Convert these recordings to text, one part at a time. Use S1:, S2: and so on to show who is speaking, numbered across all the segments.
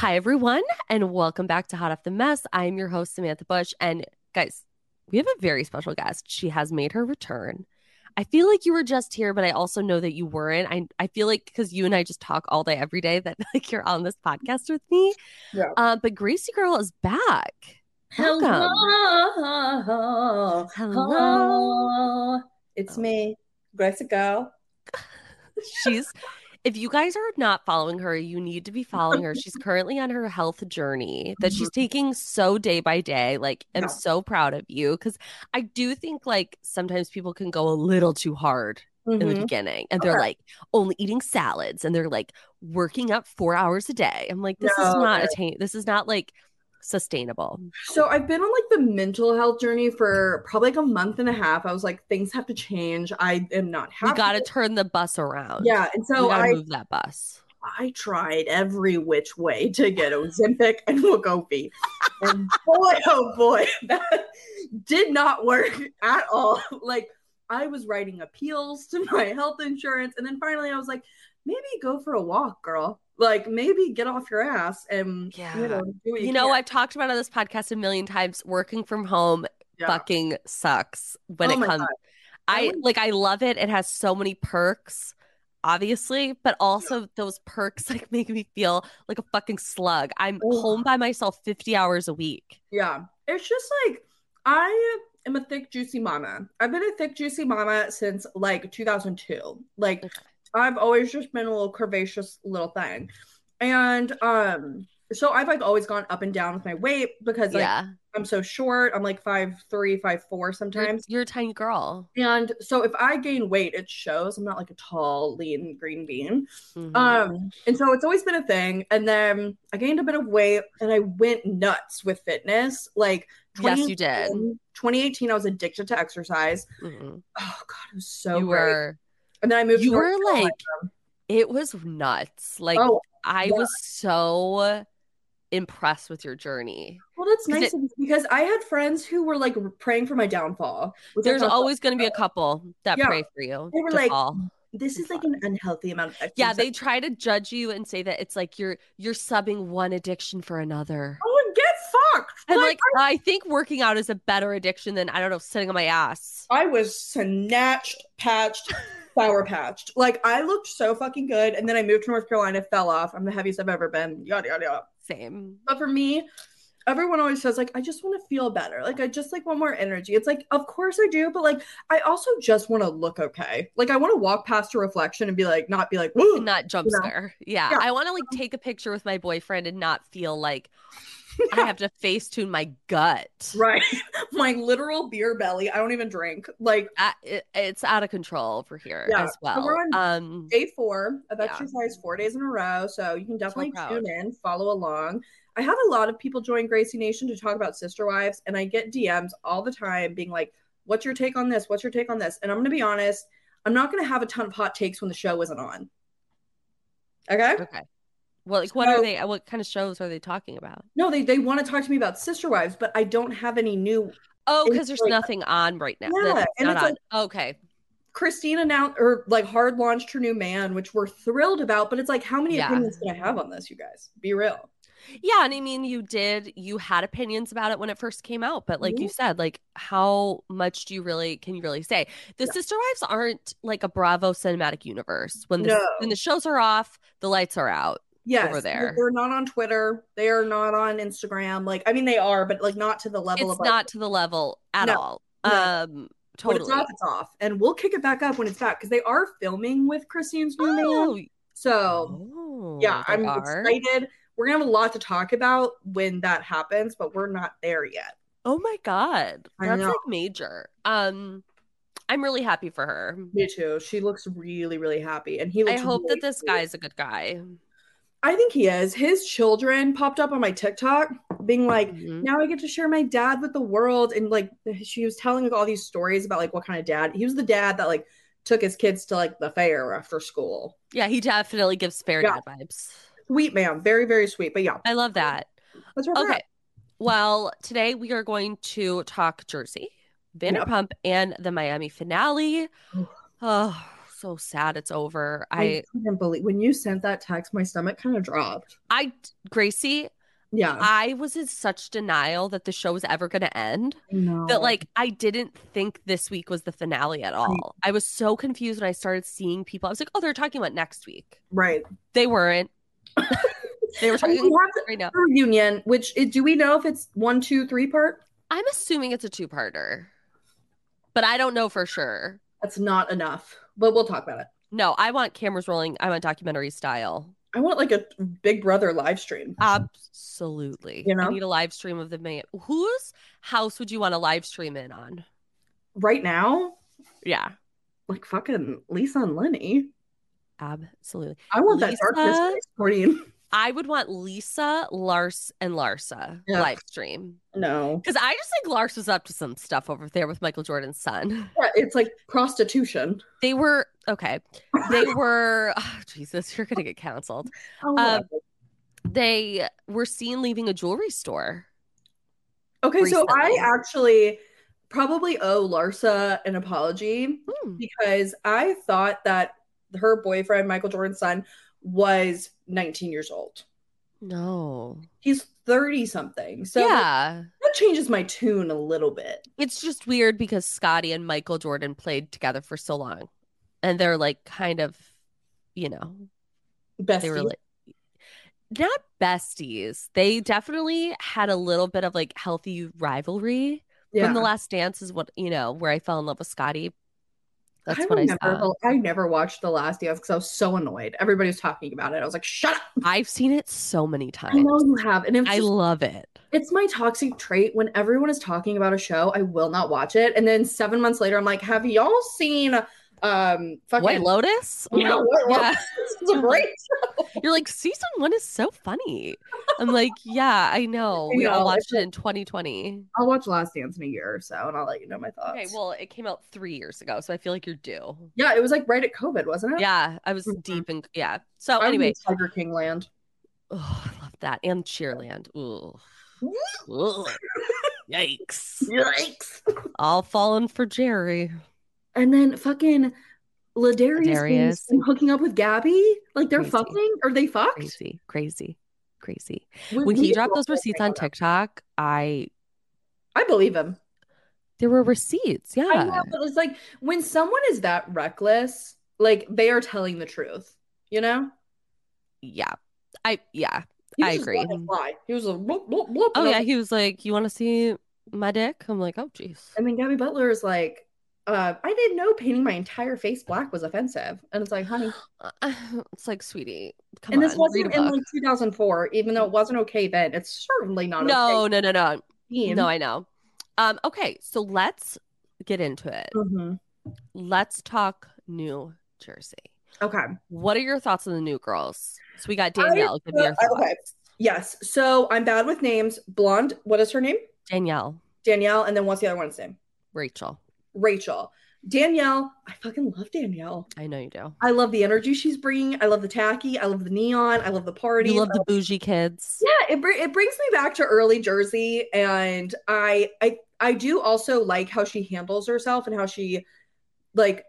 S1: Hi, everyone, and welcome back to Hot Off the Mess. I'm your host, Samantha Bush. And guys, we have a very special guest. She has made her return. I feel like you were just here, but I also know that you weren't. I, I feel like because you and I just talk all day, every day, that like you're on this podcast with me.
S2: Yeah.
S1: Uh, but Gracie Girl is back.
S2: Hello.
S1: Welcome.
S2: Hello. It's me, Gracie Girl.
S1: She's, if you guys are not following her, you need to be following her. She's currently on her health journey that she's taking so day by day. Like, I'm
S2: Mm-hmm. Yeah.
S1: so proud of you because I do think like sometimes people can go a little too hard in the
S2: Mhm.
S1: beginning and they're
S2: Sure.
S1: like only eating salads and they're like working up four hours a day. I'm like, this is
S2: No,
S1: not
S2: no.
S1: attain, this is not like sustainable.
S2: So I've been on like the mental health journey for probably like a month and a half. I was like, things have to change. I am not happy.
S1: We got to turn the bus around.
S2: Yeah, and
S1: we
S2: so
S1: got to
S2: I
S1: move that bus.
S2: I tried every which way to get Ozempic and Wegovy, and boy, oh boy, that did not work at all. Like I was writing appeals to my health insurance, and then finally I was like, maybe go for a walk, girl. Like maybe get off your ass and
S1: Yeah.
S2: you know, do what
S1: You,
S2: you,
S1: know,
S2: can.
S1: I've talked about on this podcast a million times. Working from home
S2: Yeah.
S1: fucking sucks when
S2: Oh
S1: it
S2: my
S1: comes.
S2: God. I
S1: I
S2: would-
S1: like I love it. It has so many perks, obviously, but also those perks like make me feel like a fucking slug. I'm
S2: Ugh.
S1: home by myself 50 hours a week.
S2: Yeah. It's just like I am a thick, juicy mama. I've been a thick, juicy mama since like 2002. Like
S1: Okay.
S2: I've always just been a little curvaceous little thing. And um so I've like always gone up and down with my weight because like
S1: yeah.
S2: I'm so short. I'm like five three, five four
S1: You're,
S2: sometimes.
S1: you're a tiny girl.
S2: And so if I gain weight, it shows. I'm not like a tall, lean green bean.
S1: Mhm.
S2: Um, and so it's always been a thing. And then I gained a bit of weight and I went nuts with fitness. Like
S1: Yes, you did.
S2: 2018 2018, I was addicted to exercise.
S1: Mhm.
S2: Oh God, it was so
S1: you
S2: great.
S1: were
S2: and then I moved
S1: you
S2: to North
S1: were
S2: Carolina.
S1: like it was nuts. Like
S2: oh,
S1: I
S2: yeah.
S1: was so impressed with your journey.
S2: well, that's
S1: 'cause
S2: nice of you, because I had friends who were like praying for my downfall. which I
S1: There's
S2: thought,
S1: always going to be a couple that
S2: Yeah.
S1: pray for you.
S2: They were
S1: to
S2: like,
S1: fall.
S2: this is like an unhealthy amount of exercise.
S1: Yeah, they try to judge you and say that it's like you're you're subbing one addiction for another.
S2: Oh, and get fucked.
S1: And
S2: Like,
S1: like I think working out is a better addiction than I don't know sitting on my ass.
S2: I was snatched, patched, sour patched. Like I looked so fucking good, and then I moved to North Carolina, fell off. I'm the heaviest I've ever been. Yada yada yada.
S1: Same.
S2: But for me, everyone always says like I just want to feel better. Like I just like want more energy. It's like of course I do, but like I also just want to look okay. Like I want to walk past a reflection and be like not be like woo.
S1: And not jump
S2: You know?
S1: scare. Yeah.
S2: Yeah.
S1: I want to like take a picture with my boyfriend and not feel like I have to face tune my gut.
S2: Right, my literal beer belly. I don't even drink. Like
S1: I, it, it's out of control over here
S2: Yeah.
S1: as
S2: So
S1: well.
S2: we're on
S1: um
S2: day four of
S1: Yeah.
S2: exercise, four days in a row. So you can definitely
S1: proud.
S2: tune in, follow along. I have a lot of people join Gracie Nation to talk about sister wives, and I get DMs all the time being like, What's your take on this? What's your take on this? And I'm going to be honest, I'm not going to have a ton of hot takes when the show isn't on. Okay.
S1: okay. Well, like what are
S2: So-
S1: they what kind of shows are they talking about?
S2: No, they, they want to talk to me about sister wives, but I don't have any new.
S1: Oh,
S2: It's
S1: cuz there's
S2: like-
S1: nothing on right now.
S2: Yeah,
S1: That's
S2: and
S1: not
S2: it's
S1: on. okay.
S2: Christine announced or like hard launched her new man, which we're thrilled about, but it's like, how many
S1: Yeah.
S2: opinions can I have on this, you guys? Be real.
S1: Yeah, and I mean, you did, you had opinions about it when it first came out, but like
S2: Mm-hmm.
S1: you said, like how much do you really can you really say? The
S2: Yeah.
S1: sister wives aren't like a Bravo cinematic universe. When the
S2: No.
S1: when the shows are off, the lights are out.
S2: Yes,
S1: Over there.
S2: They're not on Twitter. They are not on Instagram. Like, I mean, they are, but like not to the level
S1: It's
S2: of like,
S1: not to the level at
S2: No,
S1: all.
S2: no.
S1: Um
S2: when
S1: totally.
S2: it's off, it's off. And we'll kick it back up when it's back because they are filming with Christine's new man.
S1: oh,
S2: So
S1: oh,
S2: yeah,
S1: they
S2: I'm
S1: are.
S2: excited. We're gonna have a lot to talk about when that happens, but we're not there yet.
S1: Oh my god.
S2: I
S1: That's
S2: know.
S1: like major. Um I'm really happy for her.
S2: Me too. She looks really, really happy, and he.
S1: I
S2: Looks
S1: hope
S2: really
S1: that this
S2: sweet.
S1: guy's a good guy.
S2: I think he is. His children popped up on my TikTok, being like,
S1: Mhm.
S2: now I get to share my dad with the world. And like she was telling like all these stories about like what kind of dad he was the dad that like took his kids to like the fair after school.
S1: Yeah, he definitely gives fair
S2: Yeah.
S1: dad vibes.
S2: Sweet man, very, very sweet. But yeah,
S1: I love that.
S2: that's where we're
S1: Okay.
S2: at.
S1: Well, today we are going to talk Jersey, Vanderpump, and the Miami finale.
S2: Oof.
S1: Oh, so sad it's over.
S2: I
S1: I,
S2: couldn't believe when you sent that text, my stomach kind of dropped.
S1: I, Gracie,
S2: Yeah.
S1: I was in such denial that the show was ever going to end
S2: no.
S1: that, like, I didn't think this week was the finale at
S2: Mm.
S1: all. I was so confused when I started seeing people. I was like, oh, they're talking about next week.
S2: right.
S1: They weren't. they were
S2: I mean,
S1: talking
S2: we have
S1: right now.
S2: the reunion, which it, do we know if it's one, two, three part?
S1: I'm assuming it's a two parter, but I don't know for sure.
S2: That's not enough. But we'll talk about it.
S1: No, I want cameras rolling. I want documentary style.
S2: I want like a big brother live stream.
S1: Absolutely.
S2: Uh-huh. You
S1: I
S2: know?
S1: need a live stream of the man. Whose house would you want to live stream in on?
S2: Right now,
S1: Yeah.
S2: like fucking Lisa and Lenny.
S1: Absolutely.
S2: I want that darkness
S1: Lisa?
S2: face cream.
S1: I would want Lisa, Lars, and Larsa
S2: Yeah.
S1: live stream.
S2: No.
S1: Because I just think Lars was up to some stuff over there with Michael Jordan's son.
S2: Yeah, it's like prostitution.
S1: They were okay. They were oh, Jesus, you're gonna get canceled.
S2: Oh,
S1: Um, They were seen leaving a jewelry store.
S2: okay, so I
S1: recently.
S2: actually probably owe Larsa an apology
S1: Hmm.
S2: because I thought that her boyfriend, Michael Jordan's son, was 19 years old.
S1: No.
S2: He's 30 something. So like,
S1: yeah.
S2: that changes my tune a little bit.
S1: it's just weird because Scotty and Michael Jordan played together for so long, and they're like kind of, you know,
S2: Bestie.
S1: they were like not besties. They definitely had a little bit of like healthy rivalry
S2: yeah.
S1: from the Last Dance. Is what you know where I fell in love with Scotty. That's
S2: I
S1: what I
S2: remember
S1: saw.
S2: the- I never watched The Last Dance because I was so annoyed. Everybody was talking about it. I was like, shut up.
S1: I've seen it so many times.
S2: I know you have. And it's
S1: I
S2: just-
S1: love it.
S2: It's my toxic trait. When everyone is talking about a show, I will not watch it. And then seven months later, I'm like, have y'all seen um fucking
S1: White Lotus.
S2: Yeah, White
S1: Yeah.
S2: Lotus. It's a great
S1: You're like season one is so funny. I'm like, yeah, I know.
S2: I
S1: We all
S2: know.
S1: watched
S2: It's
S1: it in 2020.
S2: I'll watch Last Dance in a year or so and I'll let you know my thoughts.
S1: Okay, well, it came out three years ago, so I feel like you're due.
S2: yeah, it was like right at COVID, wasn't it?
S1: Yeah, I was
S2: Mhm.
S1: deep in yeah. So
S2: I'm in
S1: anyway,
S2: Tiger King land.
S1: oh, I love that and Cheerland. Ooh, Ooh. yikes!
S2: Yikes.
S1: All falling for Jerry.
S2: And then fucking Ladarius being-
S1: Ladarius.
S2: hooking up with Gabby. Like they're
S1: Crazy.
S2: fucking or they fucked.
S1: Crazy, crazy, crazy. When he dropped those receipts on TikTok, I
S2: I believe him.
S1: there were receipts.
S2: I know,
S1: Yeah,
S2: but it's like when someone is that reckless, like they are telling the truth, you know?
S1: yeah, I yeah.
S2: He
S1: I
S2: was just
S1: agree. Mm-hmm.
S2: letting it fly. He was a bloop, bloop, bloop,
S1: Oh
S2: and I was
S1: yeah,
S2: like-
S1: he was like, "You want to see my dick?" I'm like, "Oh jeez."
S2: and then Gabby Butler is like, uh, I didn't know painting my entire face black was offensive. And it's like, honey.
S1: Uh, It's like, sweetie, come
S2: and
S1: on.
S2: this
S1: read a
S2: wasn't in
S1: book.
S2: like 2004, even though it wasn't okay then. It's certainly not
S1: no,
S2: okay.
S1: no, no, no,
S2: No,
S1: no. I know. Um, okay, so let's get into it.
S2: Mm-hmm.
S1: Let's talk New Jersey.
S2: Okay.
S1: What are your thoughts on the new girls? So we got Danielle. Give me your
S2: I- okay.
S1: thoughts.
S2: Yes. So I'm bad with names. Blonde, what is her name?
S1: Danielle,
S2: Danielle. And then what's the other one's name?
S1: Rachel.
S2: Rachel. Danielle. I fucking love Danielle.
S1: I know you do.
S2: I love the energy she's bringing. I love the tacky. I love the neon. I love the party.
S1: You love the bougie kids.
S2: yeah, it, br- it brings me back to early Jersey, and I I I do also like how she handles herself and how she like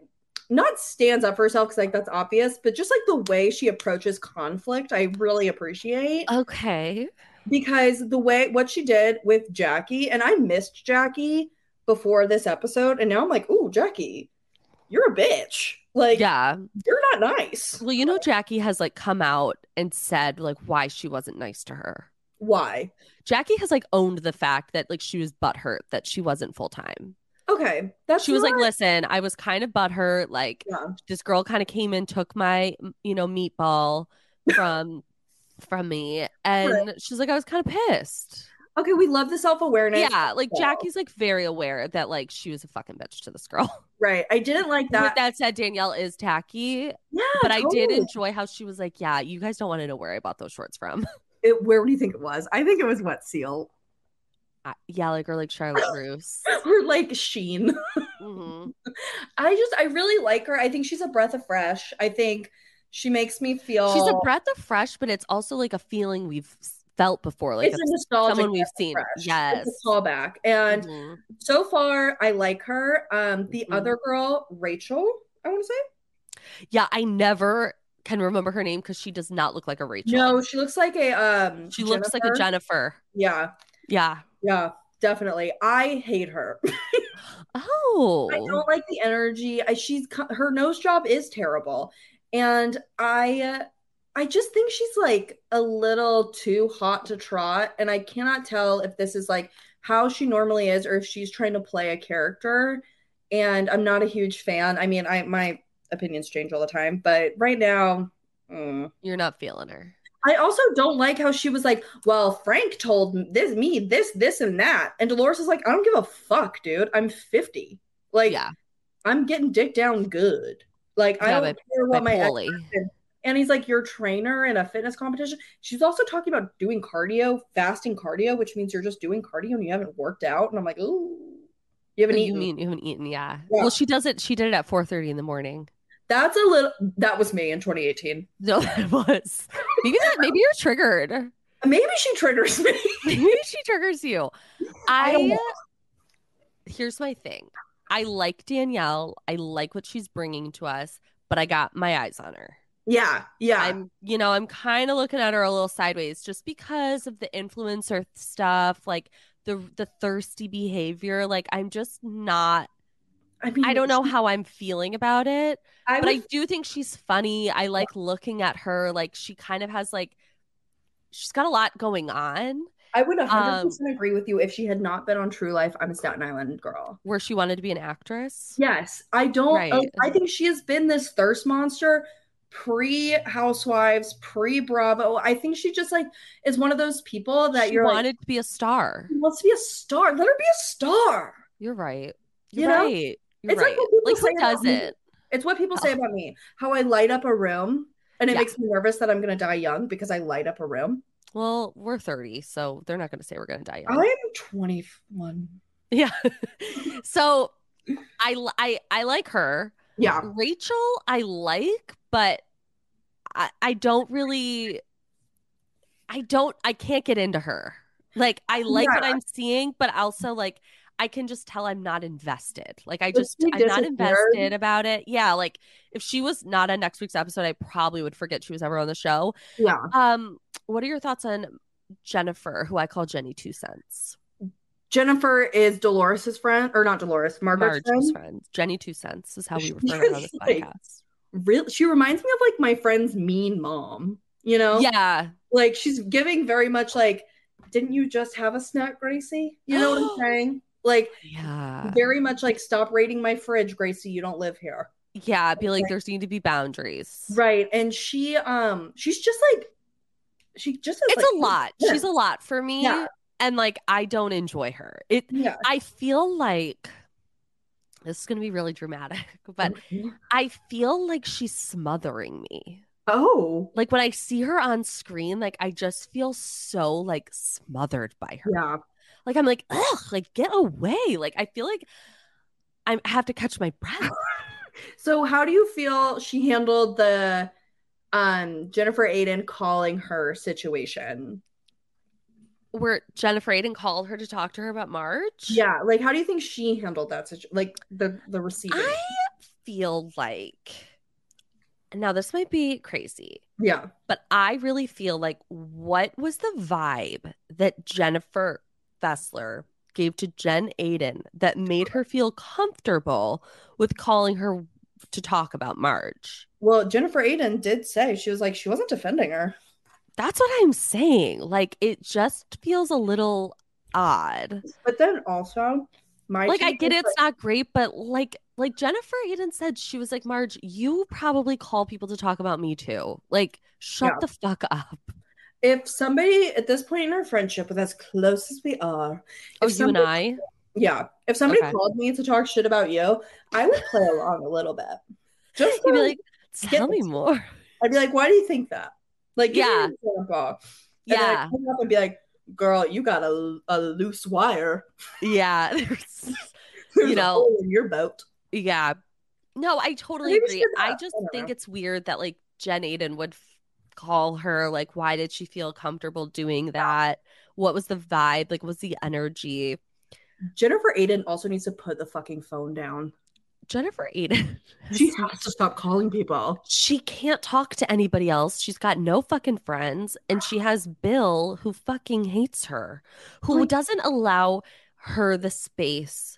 S2: not stands up for herself because like that's
S1: Oh.
S2: obvious, but just like the way she approaches conflict, I really appreciate.
S1: Okay.
S2: because the way what she did with Jackie, and I missed Jackie before this episode, and now I'm like, ooh, Jackie, you're a bitch. Like,
S1: yeah.
S2: you're not nice.
S1: Well, you know, Jackie has like come out and said like why she wasn't nice to her.
S2: Why?
S1: Jackie has like owned the fact that like she was butthurt that she wasn't full time.
S2: Okay, that's
S1: She was like,
S2: not-
S1: listen, I was kind of butthurt. Like
S2: Yeah.
S1: this girl kind of came and took my, m- you know, meatball from from me. And she's like, I was kind of pissed.
S2: okay, we love the self awareness.
S1: Yeah. Like
S2: Wow.
S1: Jackie's like very aware that like she was a fucking bitch to this girl.
S2: right. I didn't like
S1: With
S2: that.
S1: that said, Danielle is tacky,
S2: yeah,
S1: but I did
S2: totally.
S1: enjoy how she was like, Yeah, you guys don't want to know where I bought those shorts from.
S2: It, where do you think it was? I think it was Wet Seal
S1: I- yeah, like or like Charlotte Roos.
S2: or like Sheen.
S1: Mhm.
S2: I just, I really like her. I think she's a breath of fresh. I think she makes me feel
S1: She's a breath of fresh, but it's also like a feeling we've s- felt before, like
S2: it's
S1: of
S2: a nostalgic
S1: someone we've
S2: breath of
S1: seen.
S2: fresh.
S1: Yes.
S2: it's a callback. And
S1: Mhm.
S2: so far, I like her. Um, the
S1: Mhm.
S2: other girl, Rachel, I want to say.
S1: Yeah, I never can remember her name because she does not look like a Rachel.
S2: No, she looks like a um.
S1: she looks like a Jennifer.
S2: Yeah,
S1: Yeah.
S2: yeah, definitely. I hate her. I
S1: Oh.
S2: don't like the energy. I, she's co- her nose job is terrible, and I, uh, I just think she's like a little too hot to trot, and I cannot tell if this is like how she normally is or if she's trying to play a character. And I'm not a huge fan. I mean, I my opinions change all the time, but right now. mm.
S1: You're not feeling her.
S2: I also don't like how she was like, "Well, Frank told m- this me this this and that," and Dolores is like, "I don't give a fuck, dude. I'm 50. Like,
S1: yeah.
S2: I'm getting dick down good. Like I
S1: Yeah,
S2: don't
S1: by-
S2: care
S1: by
S2: what my ex-
S1: Polly.
S2: and he's like your trainer in a fitness competition. She's also talking about doing cardio, fasting cardio, which means you're just doing cardio and you haven't worked out. And I'm like, ooh, you haven't
S1: You
S2: eaten.
S1: mean you haven't eaten, yeah.
S2: Yeah.
S1: Well, she does it. She did it at 4:30 in the morning.
S2: That's a little. That was me in 2018.
S1: No, that was maybe that. Maybe you're triggered.
S2: Maybe she triggers me.
S1: Maybe she triggers you.
S2: I
S1: I,
S2: don't know.
S1: here's my thing. I like Danielle. I like what she's bringing to us, but I got my eyes on her.
S2: yeah, yeah,
S1: I'm, you know, I'm kind of looking at her a little sideways just because of the influencer stuff, like the the thirsty behavior. Like I'm just not.
S2: I mean,
S1: I don't know how I'm feeling about it,
S2: I
S1: but I
S2: would-
S1: do think she's funny. I like looking at her. Like she kind of has like, she's got a lot going on.
S2: I would 100
S1: um,
S2: percent agree with you if she had not been on True Life. I'm a Staten Island girl.
S1: Where she wanted to be an actress.
S2: Yes, I don't.
S1: Right.
S2: oh, I think she has been this thirst monster pre Housewives, pre Bravo. I think she just like is one of those people that
S1: she
S2: you're
S1: wanted to be a star.
S2: like, "She wants to be a star. Let her be a star.
S1: You're right.
S2: You
S1: You're
S2: know?
S1: right. You're
S2: It's like
S1: right.
S2: what people
S1: Like,
S2: say
S1: who
S2: about
S1: does
S2: me.
S1: it?
S2: It's what people say about me. How I light up a room, and it
S1: Oh. Yeah.
S2: makes me nervous that I'm going to die young because I light up a room.
S1: Well, we're 30, so they're not going to say we're going to die young.
S2: I am 21.
S1: yeah. so I, li- I I like her.
S2: Yeah,
S1: Rachel, I like, but I, I don't really I don't I can't get into her. Like I like what I'm seseeing, but also like I can just tell I'm not invested. Like I
S2: But
S1: just
S2: she
S1: I'm not
S2: disappeared.
S1: invested about it. Yeah, like if she was not on next week's episode, I probably would forget she was ever on the show.
S2: yeah.
S1: Um, what are your thoughts on Jennifer, who I call Jenny Two Cents?
S2: Jennifer is Dolores's friend, or not Dolores, Margaret's
S1: Marge's
S2: friend.
S1: friend. Jenny Two Cents is how we refer to her on this
S2: Like,
S1: podcast.
S2: Real, she reminds me of like my friend's mean mom. You know?
S1: Yeah.
S2: like she's giving very much like didn't you just have a snack gracie you know what i'm saying like
S1: Yeah.
S2: very much like stop raiding my fridge gracie you don't live here
S1: Yeah, be like there's need to be boundaries.
S2: right and she um she's just like she just is,
S1: It's
S2: like,
S1: a lot. She's a lot for me.
S2: Yeah.
S1: And like I don't enjoy her. It
S2: yeah
S1: I feel like this is gonna be really dramatic, but
S2: Mm-hmm.
S1: I feel like she's smothering me.
S2: oh
S1: Like when I see her on screen, like I just feel so like smothered by her.
S2: yeah
S1: Like I'm like, ugh, like get away. Like I feel like I have to catch my breath.
S2: so how do you feel she handled the um jennifer aiden calling her situation
S1: Where Jennifer Aiden called her to talk to her about March.
S2: yeah like how do you think she handled that situ- like the the receiving
S1: I feel like now this might be crazy,
S2: Yeah.
S1: but I really feel like what was the vibe that Jennifer Fessler gave to Jen Aiden that made her feel comfortable with calling her to talk about Marge?
S2: Well, Jennifer Aiden did say she was like she wasn't defending her.
S1: That's what I'm saying. Like it just feels a little odd.
S2: But then also, my
S1: Like I
S2: team
S1: get
S2: was
S1: it's not great, but like like Jennifer Aiden said, she was like, Marge, you probably call people to talk about me too. Like, shut
S2: Yeah.
S1: the fuck up.
S2: If somebody at this point in our friendship, with as close as we are,
S1: Oh,
S2: if
S1: you and
S2: somebody-
S1: I?
S2: yeah, if somebody
S1: Okay.
S2: called me to talk shit about you, I would play along a little bit. Just
S1: You'd be
S2: so-
S1: like,
S2: get
S1: tell me
S2: this.
S1: more.
S2: I'd be like, why do you think that? Like, give me
S1: Yeah.
S2: an example. And then
S1: Yeah.
S2: I'd come up and be like, girl, you got a, a loose wire.
S1: Yeah. There's-
S2: There's
S1: You
S2: a
S1: know,
S2: hole in your boat.
S1: yeah. No, I totally
S2: Maybe
S1: agree.
S2: she's
S1: I
S2: not-
S1: just
S2: I don't
S1: think
S2: know.
S1: it's weird that like Jen Aiden would f- call her. Like, why did she feel comfortable doing that? What was the vibe? Like, was the energy?
S2: Jennifer Aiden also needs to put the fucking phone down.
S1: Jennifer Aiden.
S2: She has to stop calling people.
S1: she can't talk to anybody else. She's got no fucking friends. And she has Bill, who fucking hates her, who
S2: Like-
S1: doesn't allow her the space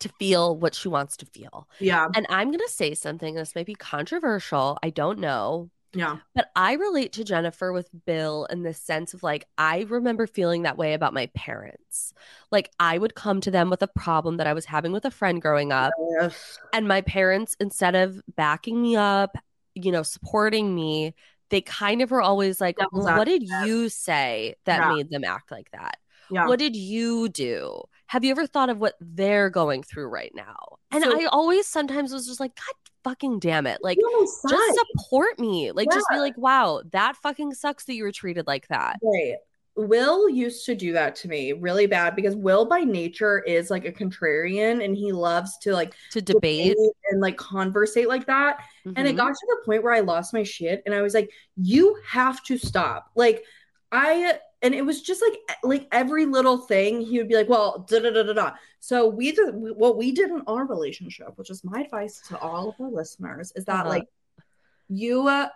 S1: to feel what she wants to feel.
S2: Yeah.
S1: And I'm going to say something. This might be controversial. I don't know.
S2: Yeah.
S1: But I relate to Jennifer with Bill in the sense of like, I remember feeling that way about my parents. Like, I would come to them with a problem that I was having with a friend growing up.
S2: Yes.
S1: And my parents, instead of backing me up, you know, supporting me, they kind of were always like,
S2: Devil's
S1: well, what did
S2: advocate.
S1: you say that
S2: Yeah.
S1: made them act like that?
S2: Yeah.
S1: What did you do? Have you ever thought of what they're going through right now? And
S2: So-
S1: I always sometimes was just like, God fucking damn it. Like,
S2: Be on my side.
S1: just support me. Like, just be
S2: Yeah.
S1: like, wow, that fucking sucks that you were treated like that.
S2: Right. Will used to do that to me really bad because Will by nature is like a contrarian and he loves to like
S1: To debate.
S2: and like conversate like that. And it
S1: Mhm.
S2: got to the point where I lost my shit and I was like, you have to stop. Like I and it was just like like every little thing he would be like, well, da da da da da. So we did what we did in our relationship, which is my advice to all of our listeners, is that
S1: Uh-huh.
S2: like you uh,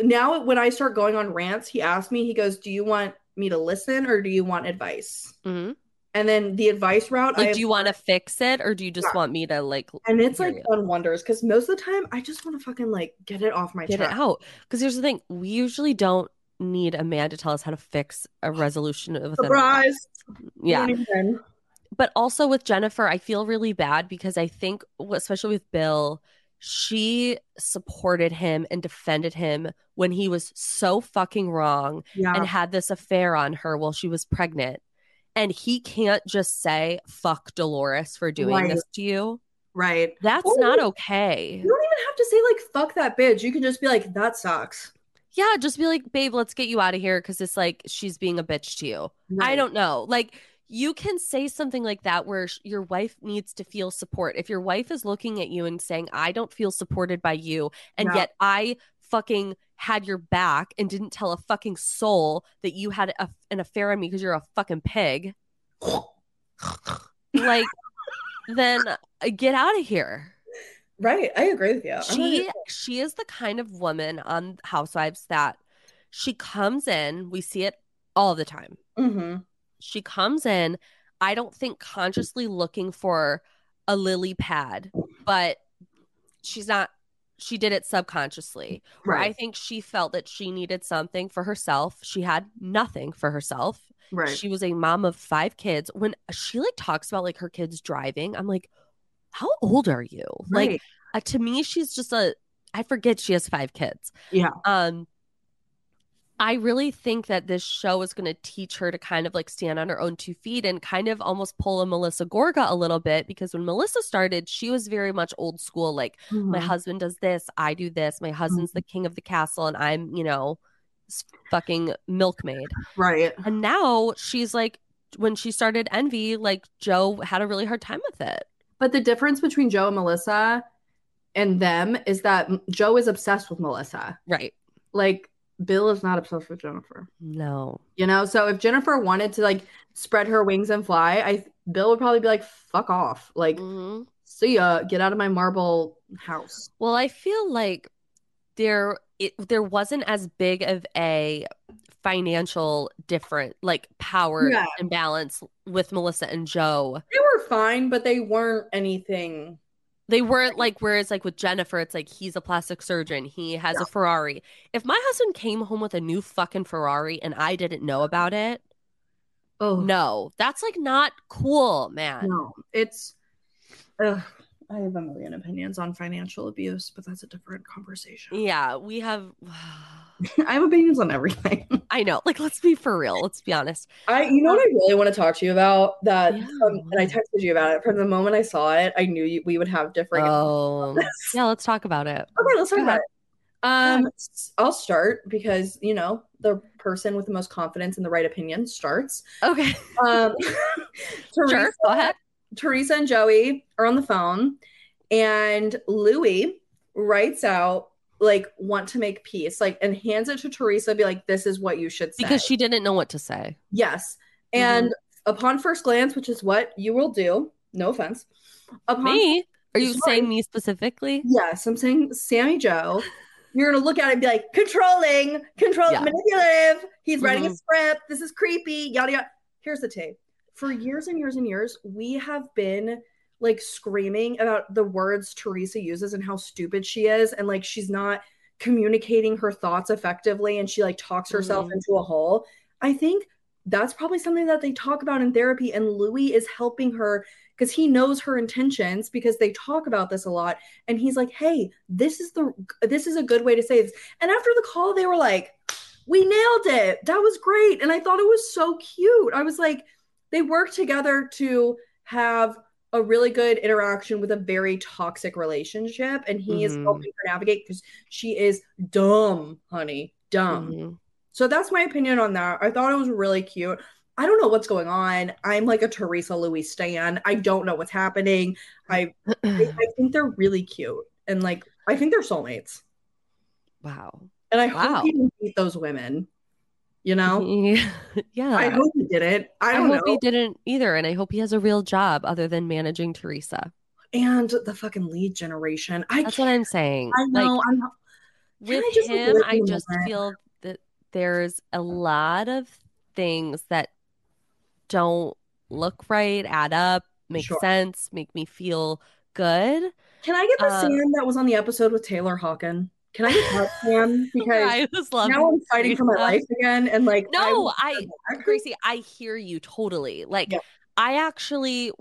S2: now when I start going on rants, he asked me, he goes, do you want me to listen or do you want advice?
S1: Mhm.
S2: And then the advice route, I
S1: Like, do you want to fix it or do you just want me to like
S2: and it's
S1: hear
S2: like
S1: you?
S2: done wonders because most of the time I just want to fucking like get it off my
S1: get
S2: chest.
S1: it out. Because here's the thing: we usually don't need a man to tell us how to fix a resolution of
S2: Surprise. e-,
S1: Yeah,
S2: You know what I mean?
S1: but also with Jennifer, I feel really bad because I think, especially with Bill, she supported him and defended him when he was so fucking wrong
S2: Yeah.
S1: and had this affair on her while she was pregnant. And he can't just say "fuck Dolores" for doing
S2: Right.
S1: this to you.
S2: right.
S1: That's
S2: Or
S1: not
S2: you-
S1: okay.
S2: You don't even have to say like fuck that bitch. You can just be like that sucks.
S1: Yeah, just be like, babe, let's get you out of here because it's like she's being a bitch to you. I
S2: Right.
S1: don't know. Like you can say something like that where sh- your wife needs to feel support. If your wife is looking at you and saying, "I don't feel supported by you," and
S2: Yeah.
S1: yet I fucking had your back and didn't tell a fucking soul that you had a, an affair on me because you're a fucking pig, like then uh, get out of here.
S2: Right. I agree with you. I'm not
S1: She
S2: even-
S1: she is the kind of woman on Housewives that she comes in, we see it all the time.
S2: Mhm.
S1: she comes in i don't think consciously looking for a lily pad but she's not she did it subconsciously where i
S2: Right.
S1: think she felt that she needed something for herself she had nothing for herself
S2: Right.
S1: she was a mom of five kids when she like talks about like her kids driving i'm like how old are you like
S2: Right.
S1: uh, to me she's just a i forget she has five kids
S2: Yeah.
S1: um i really think that this show is going to teach her to kind of like stand on her own two feet and kind of almost pull a melissa gorga a little bit because when melissa started she was very much old school like my
S2: Mhm.
S1: husband does this i do this my husband's
S2: Mm-hmm.
S1: the king of the castle and i'm you know s- fucking milkmaid
S2: Right.
S1: and now she's like when she started envy like joe had a really hard time with it
S2: But the difference between Joe and Melissa and them is that Joe is obsessed with Melissa.
S1: right
S2: Like Bill is not obsessed with Jennifer.
S1: no
S2: You know, so if Jennifer wanted to like spread her wings and fly, I Bill would probably be like, "Fuck off!" Like,
S1: Mhm.
S2: see ya, get out of my marble house.
S1: Well, I feel like there it there wasn't as big of a financial different like power
S2: Yeah.
S1: imbalance with Melissa and Joe.
S2: They were fine, but they weren't anything.
S1: They weren't like whereas like with Jennifer, it's like he's a plastic surgeon, he has a Ferrari. If my husband came home with a new fucking Ferrari and I didn't know about it,
S2: Oh
S1: no, that's like not cool, man.
S2: no, it's. Ugh, I have a million opinions on financial abuse, but that's a different conversation.
S1: Yeah, we have.
S2: I have opinions on everything.
S1: I know. Like, let's be for real. Let's be honest.
S2: I, you know what I really want to talk to you about that,
S1: Yeah,
S2: um, and I texted you about it. From the moment I saw it, I knew you, we would have different.
S1: Oh, yeah. Let's talk about it.
S2: Okay, let's talk
S1: Go
S2: about it. Um, s- I'll start because you know the person with the most confidence and the right opinion starts.
S1: Okay,
S2: Um,
S1: sure. Go ahead.
S2: Teresa and Joey are on the phone, and Louie writes out like want to make peace, like and hands it to Teresa, be like, "This is what you should say."
S1: Because she didn't know what to say.
S2: yes, and upon first glance, which is what you will do. No offense. Upon
S1: Me? Are you
S2: Sorry.
S1: saying me specifically?
S2: Yes, I'm saying Sammy Joe. You're gonna look at it and be like, controlling, control,
S1: Yeah.
S2: manipulative. He's writing a
S1: Mhm.
S2: script. This is creepy. Yada yada. Here's the tape. For years and years and years, we have been like screaming about the words Teresa uses and how stupid she is, and like she's not communicating her thoughts effectively, and she like talks herself
S1: Mhm.
S2: into a hole. I think that's probably something that they talk about in therapy, and Louis is helping her because he knows her intentions because they talk about this a lot and he's like hey this is the this is a good way to say this and after the call they were like we nailed it that was great and i thought it was so cute i was like they worked together to have a really good interaction with a very toxic relationship and he is
S1: Mhm.
S2: helping her navigate because she is dumb honey dumb
S1: Mhm.
S2: so that's my opinion on that. I thought it was really cute. I don't know what's going on. I'm like a Teresa Louis stan. I don't know what's happening. I
S1: Mm.
S2: I, I think they're really cute and like I think they're soulmates.
S1: wow.
S2: And I
S1: Wow. Mm-hmm.
S2: hope he didn't meet those women. You know,
S1: yeah.
S2: I hope he didn't. I
S1: I
S2: don't
S1: hope
S2: know.
S1: he didn't either, and I hope he has a real job other than managing Teresa.
S2: And the fucking lead generation. I
S1: That's what
S2: can't-
S1: I'm saying.
S2: I know.
S1: Like,
S2: I'm not, Can I
S1: with
S2: just, like,
S1: him,
S2: live
S1: I
S2: in a
S1: just
S2: moment?
S1: feel that there's a lot of things that don't look right, add up, make
S2: Sure.
S1: sense, make me feel good.
S2: can I get the
S1: Uh,
S2: Sam that was on the episode with Taylor Hawken? Can I get that Sam? Because
S1: I was loving
S2: now I'm fighting for my
S1: Teresa.
S2: life again. And like, I
S1: No,
S2: want
S1: I-
S2: her back.
S1: Gracie, I hear you totally. Like
S2: Yeah.
S1: I actually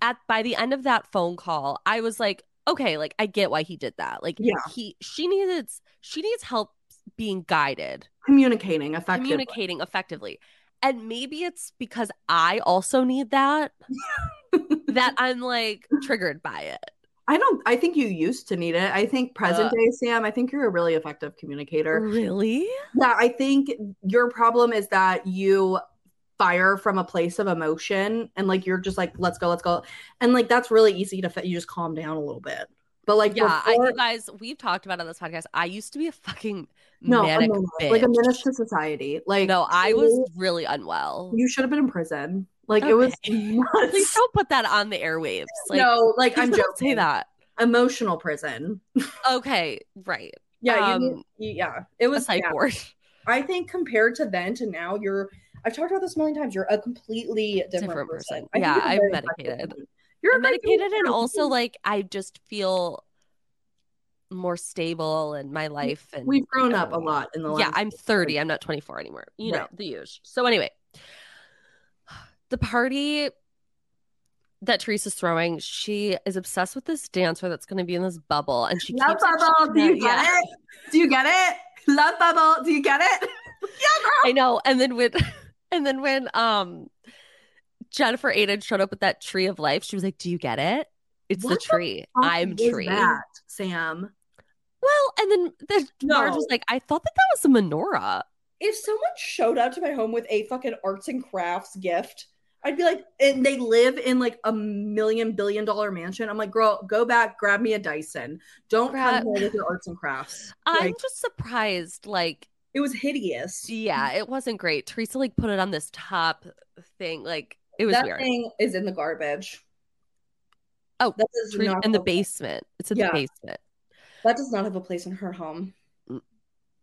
S1: at by the end of that phone call, I was like, okay, like I get why he did that. Like
S2: Yeah.
S1: he she needs she needs help being guided,
S2: communicating effectively.
S1: communicating effectively. And maybe it's because I also need that that I'm like triggered by it.
S2: I don't. I think you used to need it. I think present
S1: Uh,
S2: day Sam. I think you're a really effective communicator.
S1: Really?
S2: Yeah, I think your problem is that you fire from a place of emotion and like you're just like let's go, let's go, and like that's really easy to. Fit. You just calm down a little bit. But like
S1: Yeah, I,
S2: before-
S1: you guys, we've talked about it on this podcast. I used to be a fucking
S2: no, a
S1: manic
S2: menace,
S1: bitch.
S2: like a menace to society. Like
S1: no, I
S2: you-
S1: was really unwell.
S2: You should have been in prison. Like it was.
S1: Okay.
S2: nuts.
S1: Please don't put that on the airwaves. Like,
S2: no, like
S1: please
S2: I'm joking.
S1: don't Say that.
S2: Emotional prison.
S1: Okay, right.
S2: Yeah, you,
S1: Um,
S2: need- yeah. It
S1: A
S2: was yeah.
S1: cyborg.
S2: I think compared to then to now, you're I've talked about this a million times. You're a completely different,
S1: Different
S2: person.
S1: person. Yeah,
S2: think you're
S1: I'm
S2: very effective.
S1: medicated.
S2: You're
S1: I'm
S2: effective.
S1: medicated, and also like I just feel more stable in my life. And
S2: we've grown up a lot in the last
S1: yeah, I'm 30. I'm not 24 anymore. You know
S2: Right.
S1: the use. So anyway, the party that Teresa's throwing, she is obsessed with this dancer that's going to be in this bubble, and she
S2: Love
S1: keeps
S2: bubble, do you get
S1: Yeah.
S2: it? Do you get it? Love bubble, do you get it?
S1: I know. And then when and then when um Jennifer Aiden showed up with that tree of life, she was like, Do you get it? It's
S2: What the
S1: the tree. I'm
S2: What is
S1: tree.
S2: that, Sam.
S1: Well, and then the Marge was
S2: No.
S1: like, I thought that that was a menorah.
S2: If someone showed up to my home with a fucking arts and crafts gift, I'd be like, and they live in like a million billion dollar mansion. I'm like, girl, go back, grab me a Dyson. Don't
S1: Grab-
S2: come here with your arts and crafts.
S1: I'm
S2: Like-
S1: just surprised. Like,
S2: It was hideous.
S1: yeah, it wasn't great. Teresa like put it on this top thing. Like it was
S2: that
S1: weird.
S2: thing is in the garbage.
S1: Oh,
S2: that is
S1: Tre-
S2: not
S1: in the
S2: okay.
S1: basement. It's in
S2: Yeah.
S1: the basement.
S2: That does not have a place in her home.
S1: No,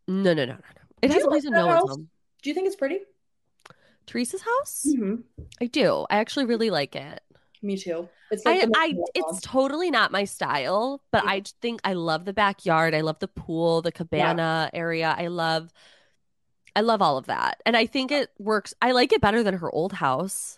S1: no, no, no, no. It
S2: Do
S1: has
S2: you
S1: a place
S2: like
S1: in
S2: that
S1: no one's
S2: house?
S1: home.
S2: Do you think it's pretty?
S1: Teresa's house?
S2: Mm-hmm.
S1: I do. I actually really like it.
S2: Me too. It's
S1: I,
S2: the most
S1: I
S2: beautiful.
S1: it's totally not my style, but
S2: Yeah.
S1: I j- think I love the backyard. I love the pool, the cabana area. I love I love all of that. And I think it works. I like it better than her old house.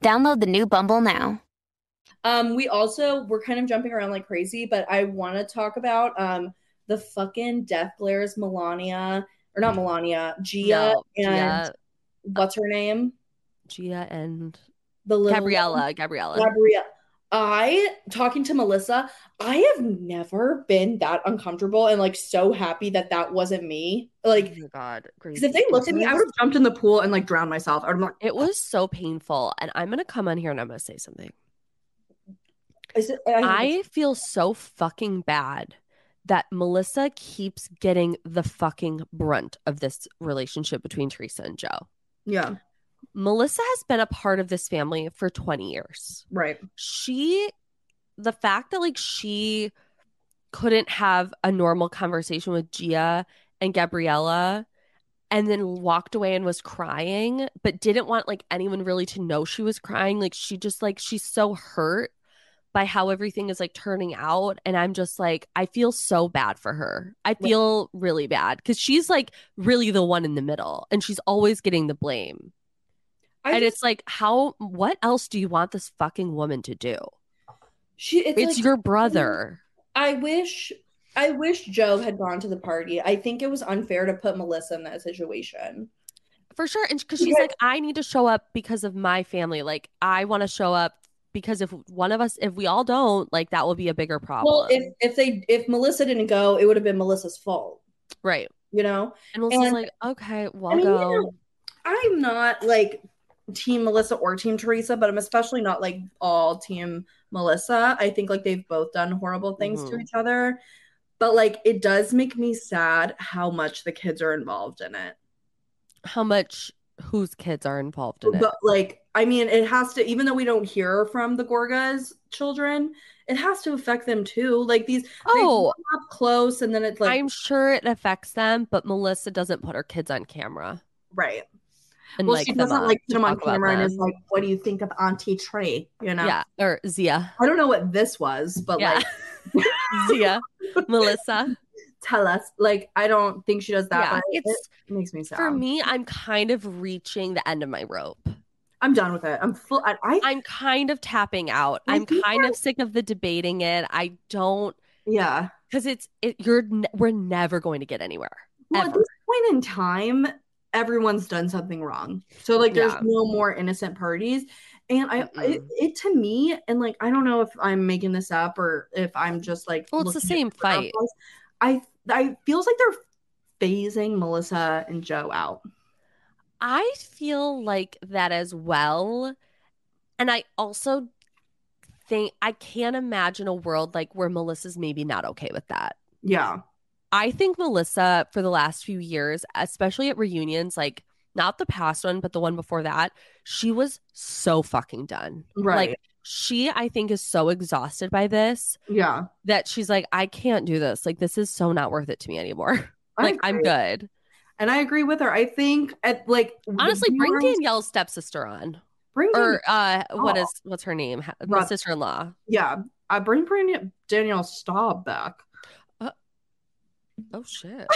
S3: Download the new Bumble now.
S2: Um, we also we're kind of jumping around like crazy, but I want to talk about um the fucking death glares Melania or not Melania, Gia
S1: No,
S2: and
S1: Gia, uh,
S2: what's her name?
S1: Gia and
S2: The little
S1: Gabriella, Gabriella.
S2: Gabriella. I talking to Melissa, I have never been that uncomfortable and like so happy that that wasn't me. Like,
S1: oh my god,
S2: because if they looked at me, I would have jumped in the pool and like drowned myself. I'm like,
S1: It was so painful, and I'm gonna come on here and I'm gonna say something.
S2: is it,
S1: I feel so fucking bad that Melissa keeps getting the fucking brunt of this relationship between Teresa and Joe.
S2: yeah,
S1: Melissa has been a part of this family for 20 years.
S2: right.
S1: She, the fact that like she couldn't have a normal conversation with Gia and Gabriella and then walked away and was crying, but didn't want like anyone really to know she was crying. Like she just like, she's so hurt by how everything is like turning out. And I'm just like, I feel so bad for her. I feel really bad because she's like really the one in the middle and she's always getting the blame.
S2: I
S1: and
S2: just-
S1: it's like, how, what else do you want this fucking woman to do?
S2: she. It's,
S1: It's,
S2: like,
S1: your brother.
S2: I wish. I wish Joe had gone to the party. I think it was unfair to put Melissa in that situation.
S1: Mm-hmm. For sure. And because she's
S2: Yeah.
S1: like, I need to show up because of my family. Like, I want to show up because if one of us, if we all don't, like, that will be a bigger problem.
S2: Well, if if they if Melissa didn't go, it would have been Melissa's fault.
S1: right.
S2: You know,
S1: And Melissa's
S2: and-
S1: like, okay, well,
S2: I mean, you
S1: go.
S2: know, I'm not like team Melissa or team Teresa, but I'm especially not like all team Melissa. I think like they've both done horrible things to
S1: Mhm.
S2: each other. But like it does make me sad how much the kids are involved in it.
S1: How much whose kids are involved in it?
S2: But like I mean it has to even though we don't hear from the Gorgas children, it has to affect them too. Like these they
S1: oh,
S2: come up close and then it's like
S1: I'm sure it affects them, but Melissa doesn't put her kids on camera.
S2: right.
S1: And
S2: Well
S1: like
S2: she
S1: them
S2: doesn't
S1: on
S2: like
S1: to
S2: put them on
S1: talk about
S2: camera and
S1: them.
S2: is like, what do you think of Auntie Tree? You know?
S1: Yeah. Or Zia.
S2: I don't know what this was, but
S1: Yeah.
S2: like
S1: Zia. Melissa.
S2: tell us. Like, I don't think she does that.
S1: Yeah.
S2: but
S1: It's
S2: it makes me sad.
S1: for me, I'm kind of reaching the end of my rope.
S2: I'm done with it. I'm full. I, I
S1: I'm kind of tapping out.
S2: I
S1: I'm
S2: think
S1: kind of sick of the debating it. I don't
S2: yeah.
S1: because it's it. You're ne- we're never going to get anywhere.
S2: Well, at
S1: Ever.
S2: this point in time, everyone's done something wrong. So like, there's
S1: Yeah.
S2: no more innocent parties. And I,
S1: Mm-mm.
S2: it, it to me, and like, I don't know if I'm making this up or if I'm just like.
S1: Well, it's the
S2: looking
S1: same
S2: at everyone
S1: fight.
S2: else. I, I feels like they're phasing Melissa and Joe out.
S1: I feel like that as well, and I also think I can't imagine a world like where Melissa's maybe not okay with that.
S2: Yeah.
S1: I think Melissa, for the last few years, especially at reunions, like not the past one, but the one before that, she was so fucking done.
S2: Right.
S1: Like she, I think, is so exhausted by this
S2: yeah.
S1: that she's like, I can't do this. Like, this is so not worth it to me anymore.
S2: I
S1: like, I'm
S2: agree.
S1: good.
S2: And I agree with her. I think at like the
S1: Honestly, bring
S2: viewers-
S1: Danielle's stepsister on.
S2: bring Dan-
S1: Or uh what
S2: Oh.
S1: is what's her name? Ha- My
S2: Rob.
S1: sister in law.
S2: yeah, I bring Bran- Danielle Staub back.
S1: Oh shit.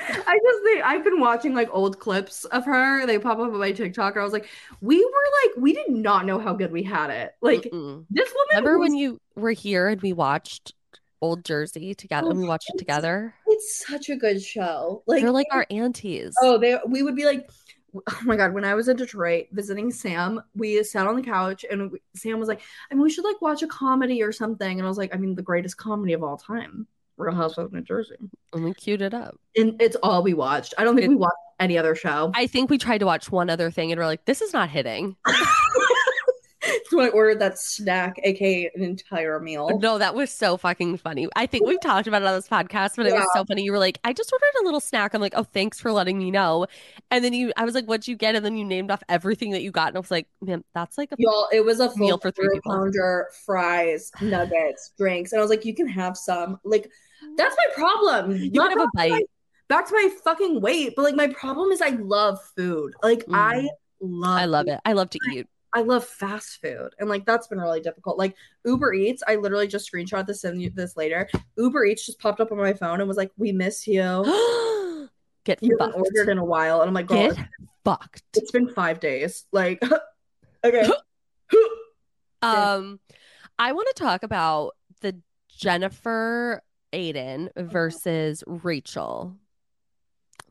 S2: I just think I've been watching like old clips of her. They pop up on my TikTok, and I was like, we were like, we did not know how good we had it. Like
S1: Mm-mm.
S2: this woman.
S1: Remember when
S2: was-
S1: you were here and we watched old Jersey together
S2: Oh,
S1: and we watched it
S2: it's-
S1: together?
S2: It's such a good show. Like
S1: They're like our aunties.
S2: Oh, they we would be like, oh my god! When I was in Detroit visiting Sam, we sat on the couch and we, Sam was like, "I mean, we should like watch a comedy or something." And I was like, "I mean, the greatest comedy of all time." Real Housewives of New Jersey.
S1: And we queued it up.
S2: And it's all we watched. I don't think
S1: It-
S2: we watched any other show.
S1: I think we tried to watch one other thing and we're like, this is not hitting.
S2: That's when I ordered that snack, aka an entire meal.
S1: No, that was so fucking funny. I think we've talked about it on this podcast, but it was so funny. You were like, I just ordered a little snack. I'm like, oh, thanks for letting me know. And then you, I was like, what'd you get? And then you named off everything that you got. And I was like, man, that's like a
S2: Y'all, it was a full
S1: Meal for three people.
S2: pounder, fries, nuggets, drinks, and I was like, "You can have some." Like, that's my problem.
S1: You
S2: Not
S1: can have a
S2: back to my-
S1: bite.
S2: back to my fucking weight, but like, my problem is I love food. Like,
S1: Mm.
S2: I love,
S1: I love it. I love to eat.
S2: I love fast food, and like that's been really difficult. Like Uber Eats, I literally just screenshot this and you this later. Uber Eats just popped up on my phone and was like, "We miss you.
S1: Get
S2: You haven't
S1: fucked.
S2: ordered in a while," and I'm like, "Girl,
S1: Get
S2: it's-
S1: fucked.
S2: it's been five days." Like, okay.
S1: Um, I want to talk about the Jennifer Aiden versus Rachel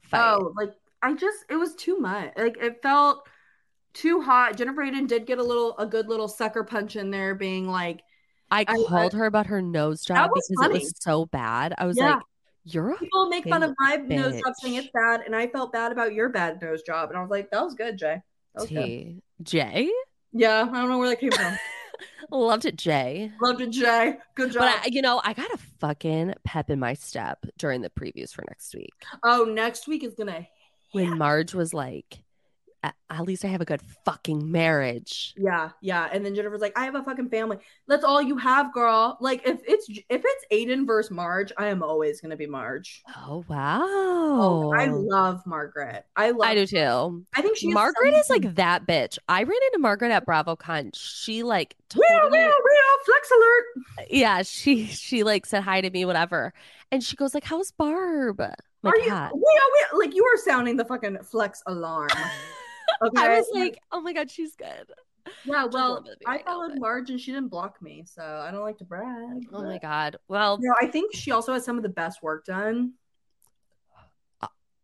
S1: fight.
S2: Oh, like I just it was too much. Like it felt too hot. Jennifer Aiden did get a little a good little sucker punch in there being like,
S1: I
S2: I-
S1: called her about her nose job
S2: was
S1: because it
S2: funny.
S1: was so bad. I was
S2: Yeah.
S1: like, you're a
S2: people make fun of my nose job saying
S1: bitch.
S2: it's bad and I felt bad about your bad nose job and I was like, that was good, Jay. That was good.
S1: T. Jay?
S2: Yeah, I don't know where that came from.
S1: Loved it, Jay.
S2: Loved it, Jay. Good job.
S1: But I, you know, I got a fucking pep in my step during the previews for next week
S2: oh, next week is gonna
S1: when Marge was like, "A- at least I have a good fucking marriage.
S2: yeah, yeah. And then Jennifer's like, I have a fucking family. That's all you have, girl. Like if it's if it's Aiden versus Marge, I am always gonna be Marge.
S1: Oh,
S2: Oh,
S1: wow.
S2: I love Margaret. I love
S1: I do too.
S2: I think she
S1: Margaret is like that bitch. I ran into Margaret at BravoCon. She like
S2: real, real,
S1: totally-
S2: real flex alert.
S1: yeah, she she like said hi to me, whatever. And she goes like, "How's Barb?" I'm Like,
S2: are you
S1: "Hot."
S2: real, real? Like you are sounding the fucking flex alarm. Okay,
S1: I was like, "Oh my god, she's good."
S2: yeah. Well,
S1: little bit of me
S2: I
S1: right now,
S2: followed
S1: but-
S2: Marge and she didn't block me, so I don't like to brag.
S1: Oh my
S2: but-
S1: god. Well,
S2: No, I think she also has some of the best work done.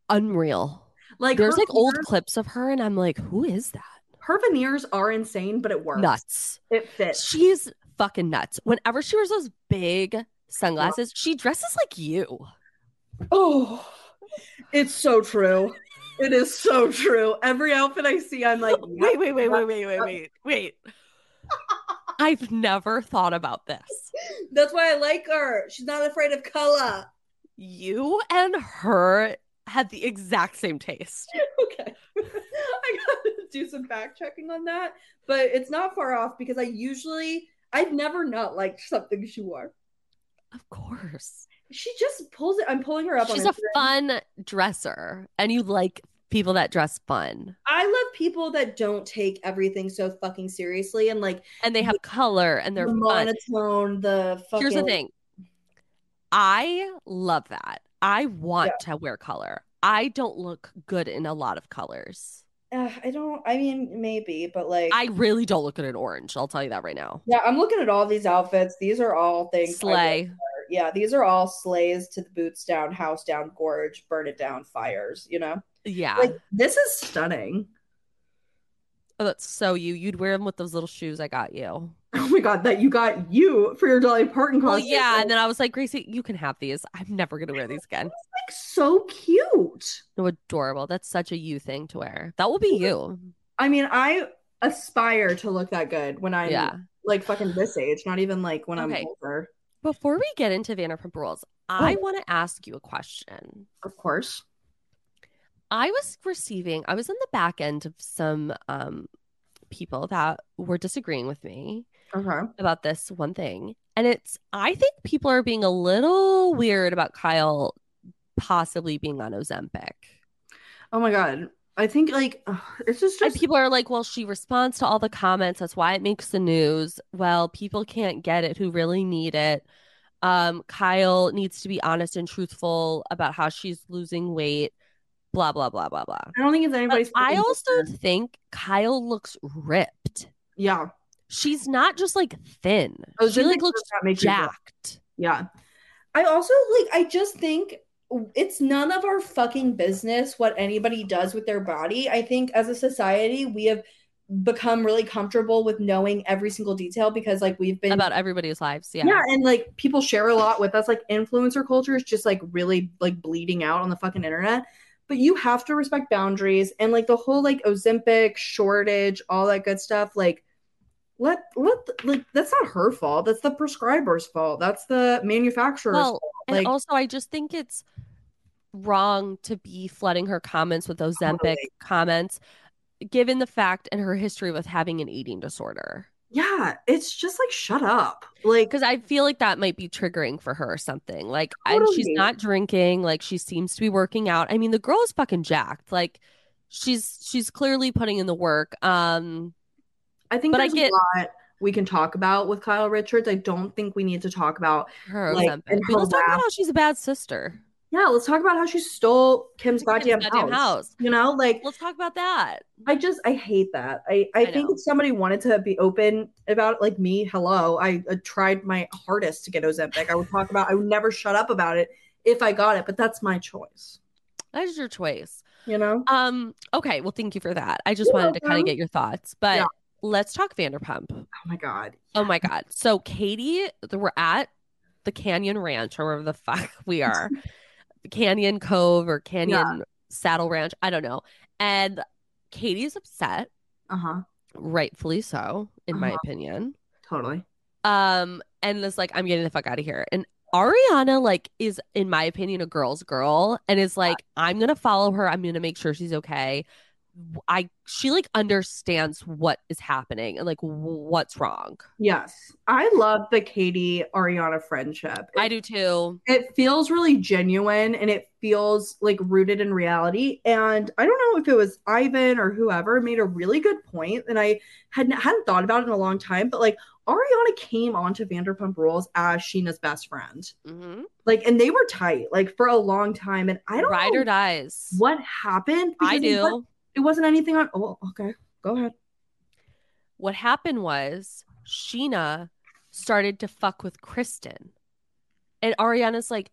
S1: unreal.
S2: Like
S1: There's
S2: her
S1: like old
S2: veneers-
S1: clips of her, and I'm like, "Who is that?"
S2: her veneers are insane, but it works.
S1: Nuts.
S2: It fits.
S1: She's fucking nuts. Whenever she wears those big sunglasses, she dresses like you.
S2: Oh, it's so true. It is so true. Every outfit I see, I'm like,
S1: Wait, wait, wait,
S2: yep,
S1: wait, wait, wait,
S2: yep.
S1: wait, wait. I've never thought about this.
S2: That's why I like her. She's not afraid of color.
S1: You and her had the exact same taste.
S2: okay. I gotta do some fact checking on that, but it's not far off because I usually I've never not liked something she wore.
S1: Of course.
S2: She just pulls it. I'm pulling her up.
S1: She's
S2: on
S1: a
S2: Instagram.
S1: fun dresser, and you like people that dress fun
S2: I love people that don't take everything so fucking seriously and like
S1: and they have color and
S2: the
S1: they're fun.
S2: monotone. The fucking
S1: Here's the thing I love that. I want to wear color. I don't look good in a lot of colors.
S2: Ugh, I don't. I mean, maybe, but like
S1: I really don't look good in orange. I'll tell you that right now.
S2: Yeah, I'm looking at all these outfits. These are all things. I would
S1: Slay.
S2: wear. Yeah, these are all slays to the boots down, house down, gorge, burn it down, fires. You know,
S1: Yeah.
S2: like this is stunning.
S1: oh, that's so you. You'd wear them with those little shoes I got you.
S2: Oh my god, that you got you for your Dolly Parton
S1: Well,
S2: costume.
S1: yeah. And then I was like, Gracie, you can have these. I'm never going to wear these again.
S2: like so cute.
S1: No, adorable. That's such a you thing to wear. That will be you.
S2: I mean, I aspire to look that good when I'm
S1: Yeah.
S2: like fucking this age, not even like when
S1: Okay.
S2: I'm older.
S1: Before we get into Vanderpump Rules, I want to ask you a question.
S2: Of course.
S1: I was receiving, I was on the back end of some um, people that were disagreeing with me
S2: Okay.
S1: about this one thing. And it's, I think people are being a little weird about Kyle possibly being on Ozempic.
S2: Oh my god. I think like ugh, it's just
S1: And
S2: just
S1: people are like, well, she responds to all the comments. That's why it makes the news. Well, people can't get it who really need it. Um, Kyle needs to be honest and truthful about how she's losing weight, blah, blah, blah, blah, blah.
S2: I don't think it's anybody's
S1: But I
S2: fucking
S1: also
S2: business.
S1: think Kyle looks ripped.
S2: Yeah.
S1: She's not just like thin. she
S2: Ozempic
S1: like
S2: does
S1: looks
S2: not make you feel-
S1: jacked.
S2: Yeah. I also like I just think it's none of our fucking business what anybody does with their body. I think as a society we have become really comfortable with knowing every single detail because like we've been
S1: about everybody's lives. Yeah.
S2: yeah. and like people share a lot with us like influencer culture is just like really like bleeding out on the fucking internet but you have to respect boundaries and like the whole like ozempic shortage all that good stuff like let let like that's not her fault that's the prescriber's fault that's the manufacturer's
S1: Well,
S2: fault
S1: And
S2: like
S1: also, I just think it's wrong to be flooding her comments with Ozempic
S2: Totally.
S1: comments, given the fact and her history with having an eating disorder.
S2: yeah it's just like shut up like
S1: Because I feel like that might be triggering for her or something. Like, and she's
S2: Totally.
S1: not drinking. Like, she seems to be working out. I mean, the girl is fucking jacked. Like, she's she's clearly putting in the work. Um,
S2: i think
S1: but I
S2: there's
S1: get-
S2: a lot we can talk about with kyle richards i don't think we need to talk about
S1: her
S2: Like,
S1: Ozempic.
S2: and
S1: But let's talk about
S2: harass-
S1: how she's a bad sister.
S2: yeah let's talk about how she stole kim's goddamn,
S1: goddamn
S2: house.
S1: house.
S2: you know like
S1: Let's talk about that.
S2: I just I hate that. I I,
S1: I
S2: think
S1: know.
S2: if somebody wanted to be open about it, like me, hello, I uh, tried my hardest to get Ozempic. I would talk about. I would never shut up about it if I got it, but that's my choice.
S1: That is your choice.
S2: You know.
S1: Um, okay, well, thank you for that. I just
S2: You're
S1: wanted to kind of
S2: welcome.
S1: get your thoughts, but
S2: Yeah.
S1: let's talk Vanderpump.
S2: Oh my god.
S1: Oh my God. So, Katie, th- we're at the Canyon Ranch or wherever the fuck we are, Canyon Cove or Canyon Saddle Ranch. I don't know. And Katie's upset,
S2: Uh huh.
S1: rightfully so, in my
S2: Uh-huh.
S1: opinion.
S2: Totally.
S1: Um, and this, like, I'm getting the fuck out of here. And Ariana, like, is, in my opinion, a girl's girl and is like, I'm gonna follow her. I'm gonna make sure she's okay. I, she like understands what is happening and like what's wrong.
S2: Yes, I love the Katie Ariana friendship.
S1: I
S2: It-
S1: do too.
S2: It feels really genuine and it feels like rooted in reality. And I don't know if it was Ivan or whoever made a really good point, and I hadn't hadn't thought about it in a long time. But like Ariana came onto Vanderpump Rules as Sheena's best friend,
S1: Mm-hmm.
S2: like, and they were tight like for a long time. And I don't
S1: Ride
S2: know
S1: or dies.
S2: what happened.
S1: I
S2: because it wa-
S1: do.
S2: It wasn't anything on. Oh, okay. Go ahead.
S1: What happened was Sheena started to fuck with Kristen, and Ariana's like,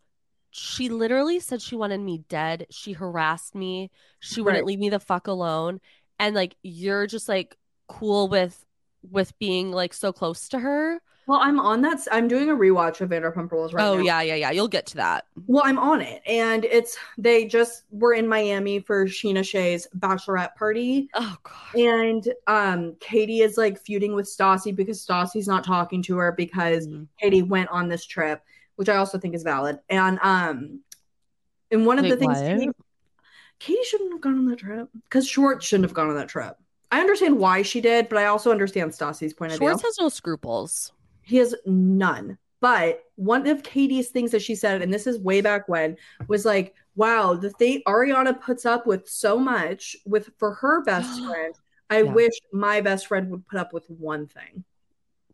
S1: she literally said she wanted me dead. She harassed me. She wouldn't
S2: Right.
S1: leave me the fuck alone. And like, you're just like cool with with being like so close to her.
S2: Well, I'm on that. s- I'm doing a rewatch of Vanderpump Rules right
S1: oh
S2: now.
S1: yeah, yeah, yeah. You'll get to that.
S2: Well, I'm on it, and it's they just were in Miami for Sheena Shea's bachelorette party,
S1: Oh god.
S2: and um, Katie is like feuding with Stassi because Stassi's not talking to her because
S1: Mhm.
S2: Katie went on this trip, which I also think is valid. And um, and one of
S1: Wait,
S2: the things
S1: what?
S2: Katie, Katie shouldn't have gone on that trip because Schwartz shouldn't have gone on that trip. I understand why she did, but I also understand Stassi's point of view.
S1: Schwartz has no scruples.
S2: He has none. But one of Katie's things that she said, and this is way back when, was like, wow, the thing Ariana puts up with so much with for her best friend. I
S1: Yeah.
S2: wish my best friend would put up with one thing.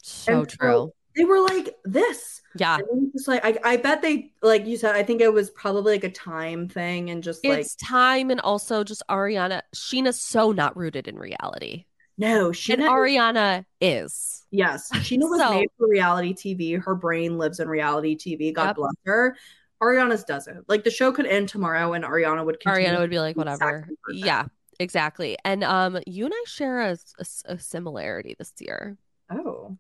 S1: So
S2: And so-
S1: true.
S2: They were like this.
S1: Yeah.
S2: And I'm just like I, I bet they like you said, I think it was probably like a time thing and just like
S1: It's time and also just Ariana. Sheena's so not rooted in reality.
S2: no, she
S1: and Ariana is.
S2: Yes, Sheena was
S1: So-
S2: made for reality TV. Her brain lives in reality TV. God
S1: Yep.
S2: bless her. Ariana's doesn't. Like the show could end tomorrow, and Ariana would continue.
S1: Ariana would be like,
S2: Exactly
S1: whatever.
S2: perfect.
S1: Yeah, exactly. And um, you and I share a, a- a similarity this year.
S2: Oh,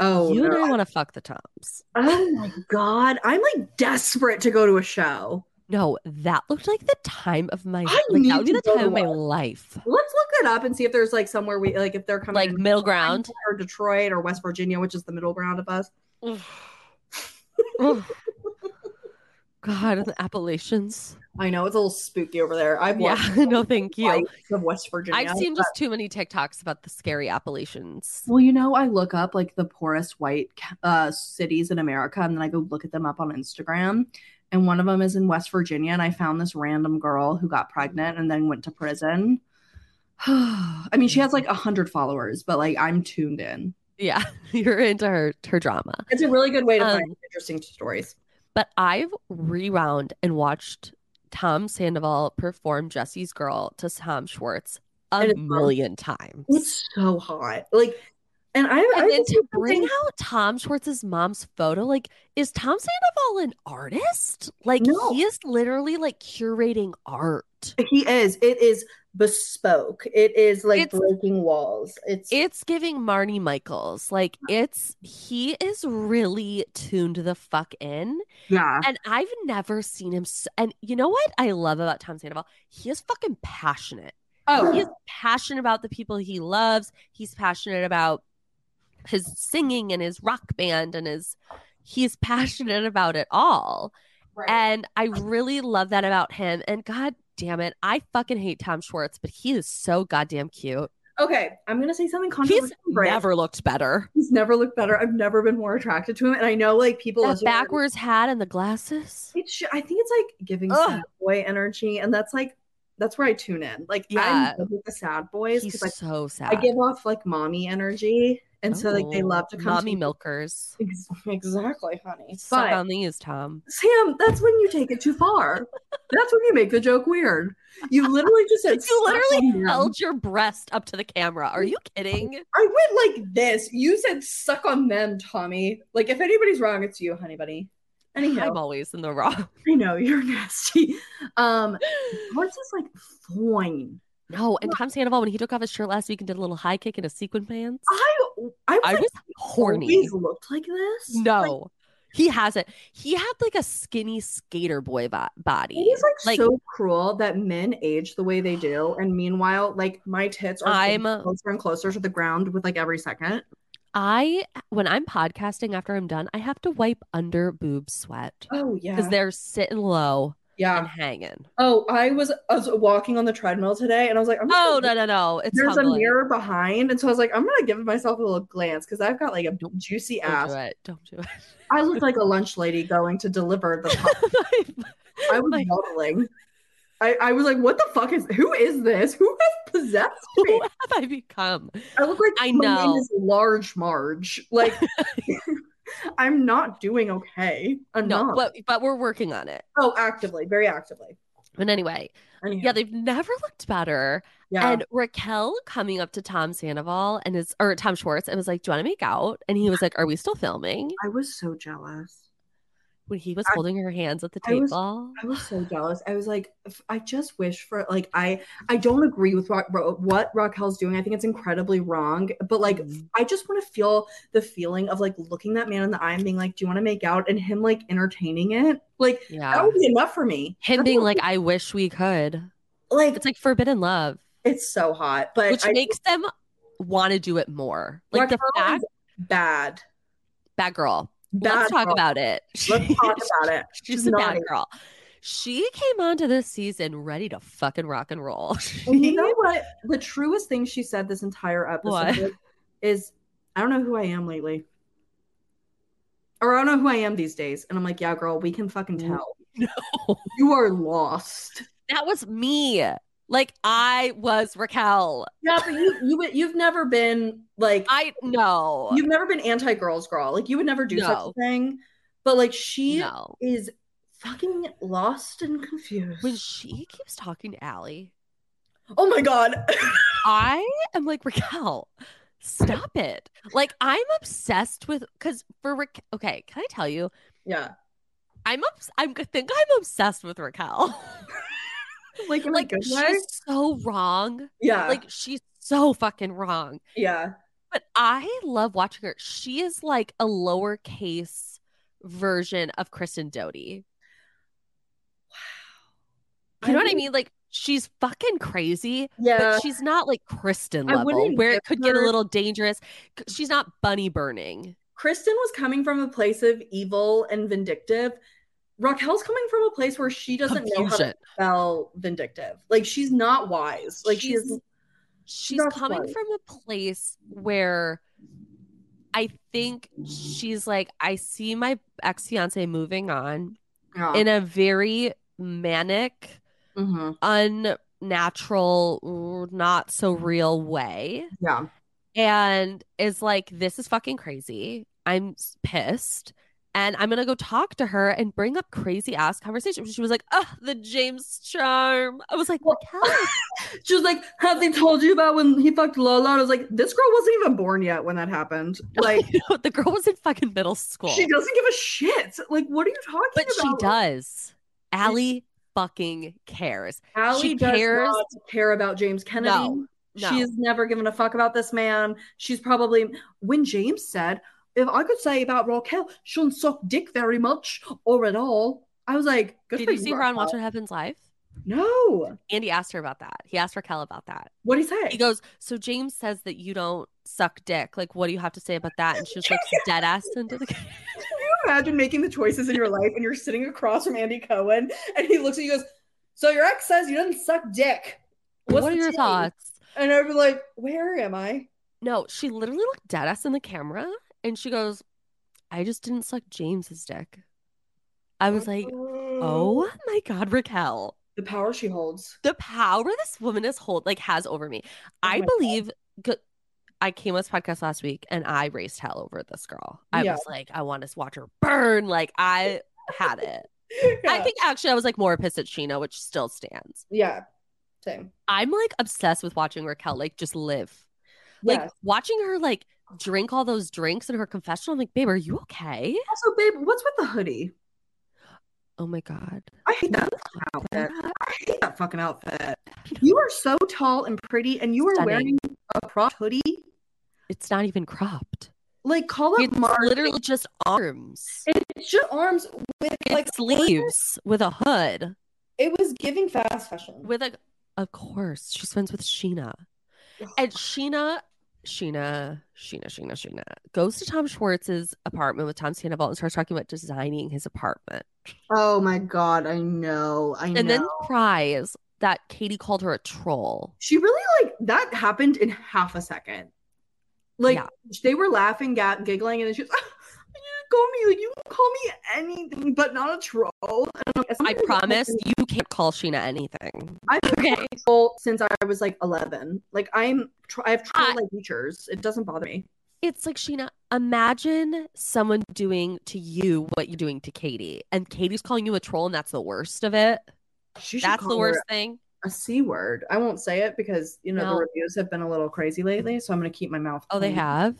S2: oh,
S1: you and
S2: no.
S1: I want to fuck the tops.
S2: oh my God! I'm like desperate to go to a show.
S1: No, that looked like the time of my
S2: I
S1: like
S2: need
S1: that would be
S2: to
S1: the
S2: go
S1: time
S2: to
S1: of my
S2: one.
S1: life.
S2: Let's look it up and see if there's like somewhere we like if they're coming
S1: Like
S2: in
S1: middle ground.
S2: or Detroit or West Virginia, which is the middle ground of us.
S1: Oof. God, and the Appalachians.
S2: I know it's a little spooky over there. I've
S1: Yeah,
S2: watched
S1: no, thank you.
S2: Lights of West Virginia.
S1: I've seen just too many TikToks about the scary Appalachians.
S2: Well, you know, I look up like the poorest white uh, cities in America, and then I go look at them up on Instagram. And one of them is in West Virginia, and I found this random girl who got pregnant and then went to prison. I mean, she has like a hundred followers, but like I'm tuned in.
S1: Yeah, you're into her her drama.
S2: It's a really good way
S1: to
S2: to
S1: find
S2: find interesting stories.
S1: But I've rewound and watched Tom Sandoval perform Jesse's Girl to Tom Schwartz
S2: And
S1: a
S2: it's fun.
S1: million times.
S2: It's so hot, like, And I, I
S1: And then
S2: just
S1: to
S2: keep
S1: bring
S2: thinking,
S1: out Tom Schwartz's mom's photo, like, is Tom Sandoval an artist? Like,
S2: No.
S1: he is literally like curating art.
S2: he is. It is bespoke. It is like
S1: It's-
S2: breaking walls. It's
S1: It's giving Marnie Michaels. Like, it's he is really tuned the fuck in.
S2: yeah.
S1: And I've never seen him. s and you know what I love about Tom Sandoval? He is fucking passionate.
S2: Oh,
S1: He's passionate about the people he loves. He's passionate about his singing and his rock band and his he's passionate about it all. And I really love that about him. And god damn it, I fucking hate Tom Schwartz, but he is so goddamn cute.
S2: okay, I'm gonna say something
S1: He's
S2: controversial. right?
S1: never looked better.
S2: He's never looked better. I've never been more attracted to him. And I know like people
S1: That
S2: also-
S1: backwards hat and the glasses.
S2: It's, sh- I think it's like giving
S1: Ugh.
S2: sad boy energy, and that's like that's where I tune in. Like
S1: Yeah.
S2: I'm with the sad boys
S1: He's
S2: because like
S1: so sad.
S2: I give off like mommy energy, and so like they
S1: Oh,
S2: love to come.
S1: mommy
S2: to me.
S1: milkers.
S2: Ex- exactly, honey.
S1: Suck
S2: But
S1: on these, Tom.
S2: Sam, that's when you take it too far. that's when you make the joke weird. You literally just said
S1: You literally
S2: suck on them.
S1: held your breast up to the camera. Are you kidding?
S2: I went like this. You said suck on them, Tommy. Like if anybody's wrong, it's you, honey buddy. Anyhow,
S1: I'm always in the wrong.
S2: I know you're nasty. Um, Lawrence is like fine.
S1: No, and Tom Sandoval, when he took off his shirt last week and did a little high kick in his sequin pants,
S2: I I was,
S1: I
S2: Oh, like,
S1: was horny.
S2: Always looked like this. Like,
S1: No, he hasn't. He had like a skinny skater boy bo-
S2: it
S1: body.
S2: is like,
S1: Like-
S2: so cruel that men age the way they do, and meanwhile, like my tits are
S1: I'm-
S2: getting closer and closer to the ground with like every second.
S1: I, when I'm podcasting after I'm done, I have to wipe under boob sweat
S2: Oh
S1: because
S2: yeah,
S1: they're sitting low
S2: yeah.
S1: and hanging.
S2: Oh, I was I was walking on the treadmill today, and I was like, I'm just
S1: Oh
S2: gonna-
S1: no no no! It's
S2: There's a
S1: humbling.
S2: mirror behind, and so I was like, I'm gonna give myself a little glance because I've got like a juicy
S1: Don't do
S2: ass.
S1: it. Don't do it.
S2: I looked like a lunch lady going to deliver the. pop- I was
S1: My-
S2: modeling. I, I was like, what the fuck is who is this? Who has possessed
S1: who
S2: me?
S1: have I become?
S2: I look like
S1: I
S2: my name
S1: know.
S2: is Large Marge. Like I'm not doing okay. I'm
S1: No,
S2: not.
S1: but but we're working on it.
S2: oh, actively, very actively.
S1: But anyway,
S2: Anyhow,
S1: yeah, they've never looked better.
S2: yeah.
S1: And Raquel coming up to Tom Sandoval and his or Tom Schwartz and was like, "Do you want to make out?" And he was like, "Are we still filming?"
S2: I was so jealous.
S1: When he was
S2: I-
S1: holding her hands at the
S2: I was-
S1: table.
S2: I was so jealous. I was like, if- I just wish for like I I don't agree with what, what Raquel's doing. I think it's incredibly wrong. But like,
S1: Mm-hmm.
S2: I just want to feel the feeling of like looking that man in the eye and being like, "Do you want to make out?" and him like entertaining it. Like that
S1: Yeah,
S2: would be enough for me.
S1: him
S2: That's
S1: being
S2: all-
S1: like, "I wish we could."
S2: like
S1: It's like forbidden love,
S2: it's so hot, but
S1: which
S2: I-
S1: makes them want to do it more. Like the
S2: Raquel is
S1: fact,
S2: bad.
S1: bad girl.
S2: Bad
S1: Let's talk
S2: girl.
S1: about it.
S2: Let's talk about it.
S1: She's a
S2: naughty.
S1: bad girl. She came onto this season ready to fucking rock and roll.
S2: And you know what? The truest thing she said this entire
S1: What?
S2: episode is, I don't know who I am lately. Or I don't know who I am these days. And I'm like, yeah, girl, we can fucking tell.
S1: Mm. No.
S2: You are lost.
S1: that was me. Like I was Raquel.
S2: Yeah, but you, you you've never been like
S1: I no.
S2: you've never been anti girls girl. Like you would never do
S1: No.
S2: such a thing. But like she
S1: no.
S2: is fucking lost and confused.
S1: When she keeps talking to Allie,
S2: oh my god.
S1: I am like Raquel. Stop it. Like I'm obsessed with cuz for Raquel, okay, can I tell you?
S2: yeah.
S1: I'm obs- I'm I think I'm obsessed with Raquel.
S2: Like in
S1: like
S2: a good
S1: she's
S2: way.
S1: so wrong.
S2: Yeah. Like
S1: Like she's so fucking wrong.
S2: yeah.
S1: But I love watching her. She is like a lowercase version of Kristen Doty. You know what I mean? Like she's fucking crazy,
S2: Yeah.
S1: but she's not like Kristen
S2: I
S1: level
S2: wouldn't
S1: where
S2: give
S1: it could get a
S2: her-
S1: little dangerous. C- She's not bunny burning.
S2: Kristen was coming from a place of evil and vindictive. Raquel's coming from a place where she doesn't know how to
S1: Confusion.
S2: spell vindictive. Like she's not wise. Like she's,
S1: She's- She's
S2: That's
S1: coming
S2: right.
S1: from a place where I think she's like, I see my ex fiance moving on
S2: yeah.
S1: in a very manic,
S2: Mhm.
S1: unnatural, not so real way.
S2: yeah.
S1: And is like, this is fucking crazy. I'm s- pissed. and I'm gonna go talk to her and bring up crazy ass conversation. She was like, "Oh, the James charm." I was like,
S2: Well-
S1: "Raquel,
S2: She was like, "Have they told you about when he fucked Lola?" And I was like, "This girl wasn't even born yet when that happened. Like,
S1: no, the girl was in fucking middle school,
S2: she doesn't give a shit. Like, what are you talking
S1: but she
S2: about?"
S1: does." Allie fucking cares.
S2: Allie
S1: She
S2: does
S1: cares-
S2: not care about James Kennedy.
S1: No, no.
S2: She's never given a fuck about this man. She's probably when James said, "If I could say about Raquel, she don't suck dick very much or at all." I was like, "Good
S1: Did
S2: for
S1: you see her on
S2: Raquel."
S1: Watch What Happens Live?
S2: No.
S1: Andy asked her about that. He asked Raquel about that.
S2: What do you say?
S1: He goes, "So James says that you don't suck dick. Like, what do you have to say about that?" And she was like, "Dead ass into the."
S2: Can you imagine making the choices in your life and you're sitting across from Andy Cohen and he looks at you and goes, So your ex says you didn't suck dick. What's
S1: what are
S2: the
S1: your
S2: tea?"
S1: thoughts?
S2: And I'd be like, Where am I?
S1: No, she literally looked dead ass in the camera and she goes, I just didn't suck James's dick. I was like, oh my God, Raquel,
S2: Uh, The power she holds.
S1: the power this woman is hold like has over me. I
S2: Oh my God.
S1: believe go- I came on this podcast last week and I raced hell over this girl. I
S2: Yeah.
S1: was like, I want to watch her burn. Like I had it. I
S2: Yeah.
S1: think actually I was like more pissed at Sheena, which still stands.
S2: Yeah. Same.
S1: I'm like obsessed with watching Raquel like just live. Like
S2: Like,
S1: watching her like drink all those drinks in her confessional. I'm like, babe, are you okay?
S2: also, babe, what's with the hoodie?
S1: Oh my god.
S2: I hate that fucking outfit. I hate that fucking outfit. You are so tall and pretty, and you are
S1: Stunning.
S2: wearing a cropped hoodie.
S1: It's not even cropped.
S2: Like, call up
S1: It's
S2: Mark.
S1: literally just arms.
S2: It's just arms with
S1: It's
S2: like
S1: sleeves with a hood.
S2: It was giving fast fashion.
S1: With a of course. She's friends with Sheena. And Sheena, Sheena, Sheena, Sheena, Sheena goes to Tom Schwartz's apartment with Tom Sandoval and starts talking about designing his apartment.
S2: Oh my god, I know. I know.
S1: And then cries that Katie called her a troll.
S2: she really like that happened in half a second. Like
S1: Yeah.
S2: they were laughing, ga- giggling, and then she was, "Ah, "You call me like you can call me anything, but not a troll." And I'm like,
S1: I
S2: somebody-
S1: promise you can't call Sheena anything.
S2: I've been
S1: Okay.
S2: a troll since I was like 11. Like I'm, tr- I have
S1: I-
S2: troll like features. It doesn't bother me.
S1: It's like Sheena, imagine someone doing to you what you're doing to Katie, and Katie's calling you a troll, and that's the worst of it.
S2: She should
S1: That's the
S2: call her
S1: worst thing.
S2: A c word. I won't say it because you know
S1: No.
S2: the reviews have been a little crazy lately, so I'm gonna keep my mouth.
S1: Oh, they
S2: clean.
S1: have.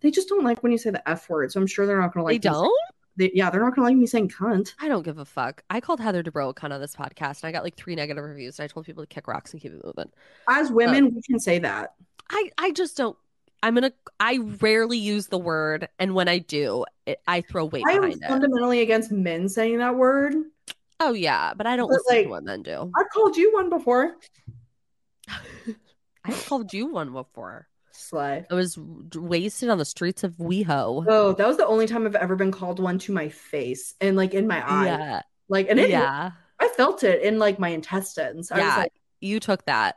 S2: They just don't like when you say the f word, so I'm sure they're not gonna like.
S1: they
S2: me saying-
S1: don't.
S2: They, yeah, they're not gonna like me saying cunt.
S1: I don't give a fuck. I called Heather Dubrow a cunt on this podcast, and I got like three negative reviews. And I told people to kick rocks and keep it moving.
S2: As women, we can say that.
S1: I I just don't. I'm gonna. I rarely use the word, and when I do, it, I throw weight
S2: I am
S1: behind it.
S2: fundamentally against men saying that word.
S1: Oh yeah, but I don't
S2: But,
S1: listen
S2: like,
S1: to what men do.
S2: I've called you one before.
S1: I called you one before.
S2: Slay.
S1: I was d- wasted on the streets of WeHo.
S2: Oh, that was the only time I've ever been called one to my face and like in my eye.
S1: Yeah.
S2: Like, and it,
S1: yeah.
S2: I felt it in like my intestines. I was
S1: Yeah.
S2: like,
S1: You took that.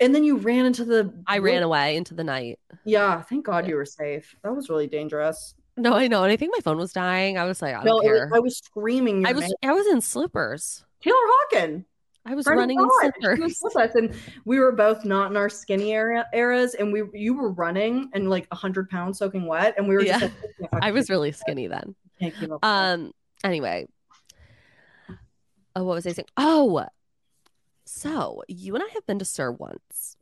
S2: and then you ran into the.
S1: I ran away into the night.
S2: Yeah, thank God you were safe. That was really dangerous.
S1: No, I know. And I think my phone was dying. I was like, I
S2: No,
S1: don't
S2: it was-
S1: care.
S2: I was screaming. Your
S1: I was
S2: name.
S1: I was in slippers.
S2: Taylor Hawken.
S1: I was
S2: Friend of
S1: running in
S2: God. She
S1: slippers.
S2: was with us, and we were both not in our skinny era eras, and we you were running and like hundred pounds soaking wet, and we were just
S1: Yeah.
S2: like, "I can't
S1: I was
S2: fucking-
S1: really skinny then.
S2: can't keep up with that."
S1: Um anyway. Oh, what was I saying? Oh. So, you and I have been to Sir once,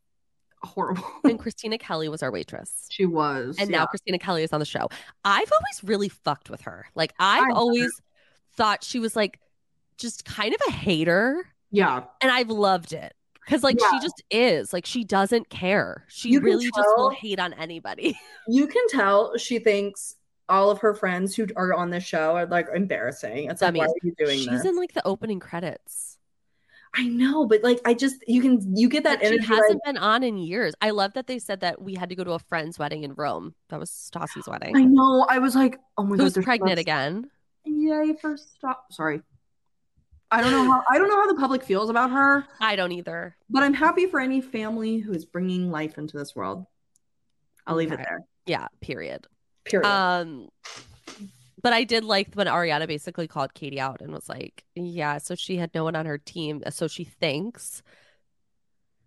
S2: horrible.
S1: and Christina Kelly was our waitress.
S2: she was,
S1: and
S2: yeah.
S1: now Christina Kelly is on the show. I've always really fucked with her. Like I've
S2: I-
S1: always thought she was like just kind of a hater,
S2: yeah,
S1: and I've loved it because like she just is. Like she doesn't care. She
S2: You can
S1: really just will
S2: tell.
S1: hate on anybody.
S2: you can tell she thinks all of her friends who are on this show are like embarrassing. It's like, why are
S1: Dummies.
S2: you doing
S1: She's
S2: this?
S1: in like the opening credits.
S2: I know, but like, I just you can you get that
S1: Like, she
S2: energy.
S1: hasn't been on in years. I love that they said that we had to go to a friend's wedding in Rome. That was Stassi's
S2: like,
S1: wedding.
S2: I know. I was like, oh my god,
S1: Who's
S2: they're
S1: pregnant
S2: so-
S1: again?
S2: Yay for stop. Sorry, I don't know how I don't know how the public feels about her.
S1: I don't either.
S2: But I'm happy for any family who is bringing life into this world. I'll leave it there.
S1: Yeah, period.
S2: Period.
S1: Um, but I did like when Ariana basically called Katie out and was like, "Yeah, so she had no one on her team, so she thinks."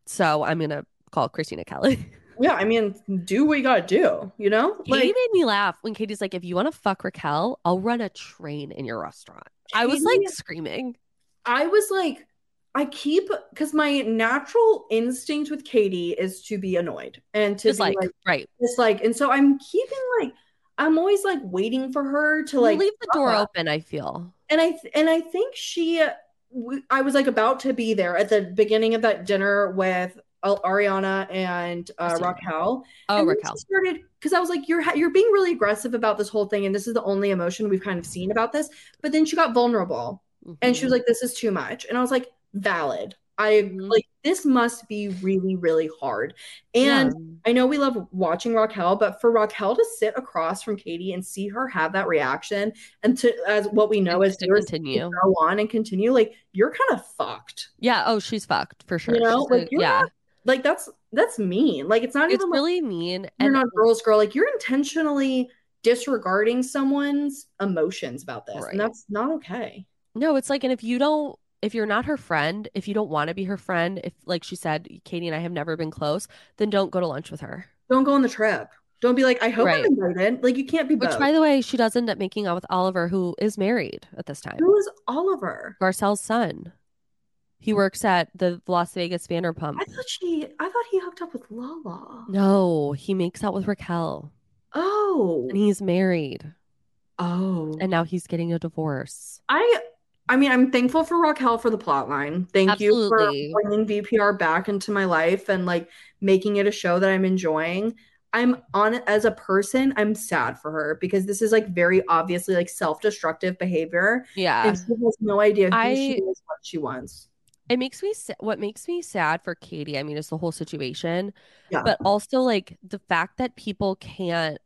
S1: So I'm gonna call Christina Kelly.
S2: yeah, I mean, do what you gotta do, you know?
S1: Katie made me laugh when Katie's like, if you want to fuck Raquel, I'll run a train in your restaurant. I was like
S2: Katie-
S1: screaming.
S2: I was like, I keep because my natural instinct with Katie is to be annoyed and to
S1: Just
S2: be
S1: like,
S2: like
S1: right.
S2: just like, and so I'm keeping like I'm always like waiting for her to like
S1: leave the door
S2: uh,
S1: open, I feel.
S2: and I th- and I think she w- I was like about to be there at the beginning of that dinner with uh, Ariana and uh,
S1: Christina.
S2: Raquel.
S1: Oh,
S2: And then
S1: Raquel.
S2: she started because I was like, you're ha- you're being really aggressive about this whole thing, and this is the only emotion we've kind of seen about this. But then she got vulnerable,
S1: Mm-hmm.
S2: and she was like, this is too much, and I was like, valid. I
S1: Mhm.
S2: like this must be really really hard, and. I know we love watching Raquel, but for Raquel to sit across from Katie and see her have that reaction, and to as what we know
S1: And
S2: is
S1: to
S2: viewers
S1: continue.
S2: go on and continue, like you're kind of fucked.
S1: yeah. Oh, she's fucked for sure.
S2: know,
S1: She's a-
S2: like, you're
S1: yeah.
S2: Like that's that's mean. Like it's not
S1: It's
S2: even
S1: really mean.
S2: like you're not a girls girl. Like you're intentionally disregarding someone's emotions about this,
S1: Right.
S2: and that's not okay.
S1: No, it's like, and if you don't, if you're not her friend, if you don't want to be her friend, if like she said, Katie and I have never been close, then don't go to lunch with her.
S2: Don't go on the trip. Don't be like, I hope
S1: Right.
S2: I'm invited. Like you can't be
S1: Which,
S2: both.
S1: by the way, she does end up making out with Oliver, who is married at this time.
S2: Who is Oliver?
S1: Garcelle's son. He works at the Las Vegas Vanderpump.
S2: Hmm. I thought she. I thought he hooked up with Lala.
S1: No, he makes out with Raquel
S2: Oh.
S1: and he's married
S2: Oh.
S1: and now he's getting a divorce.
S2: I I mean, I'm thankful for Raquel for the plot line. Thank
S1: Absolutely.
S2: you for bringing VPR back into my life and like making it a show that I'm enjoying. I'm on as a person, I'm sad for her because this is like very obviously like self-destructive behavior.
S1: Yeah.
S2: And she has no idea who
S1: I-
S2: she is, what she wants.
S1: it makes me sa- what makes me sad for Katie, I mean, is the whole situation,
S2: Yeah.
S1: but also like the fact that people can't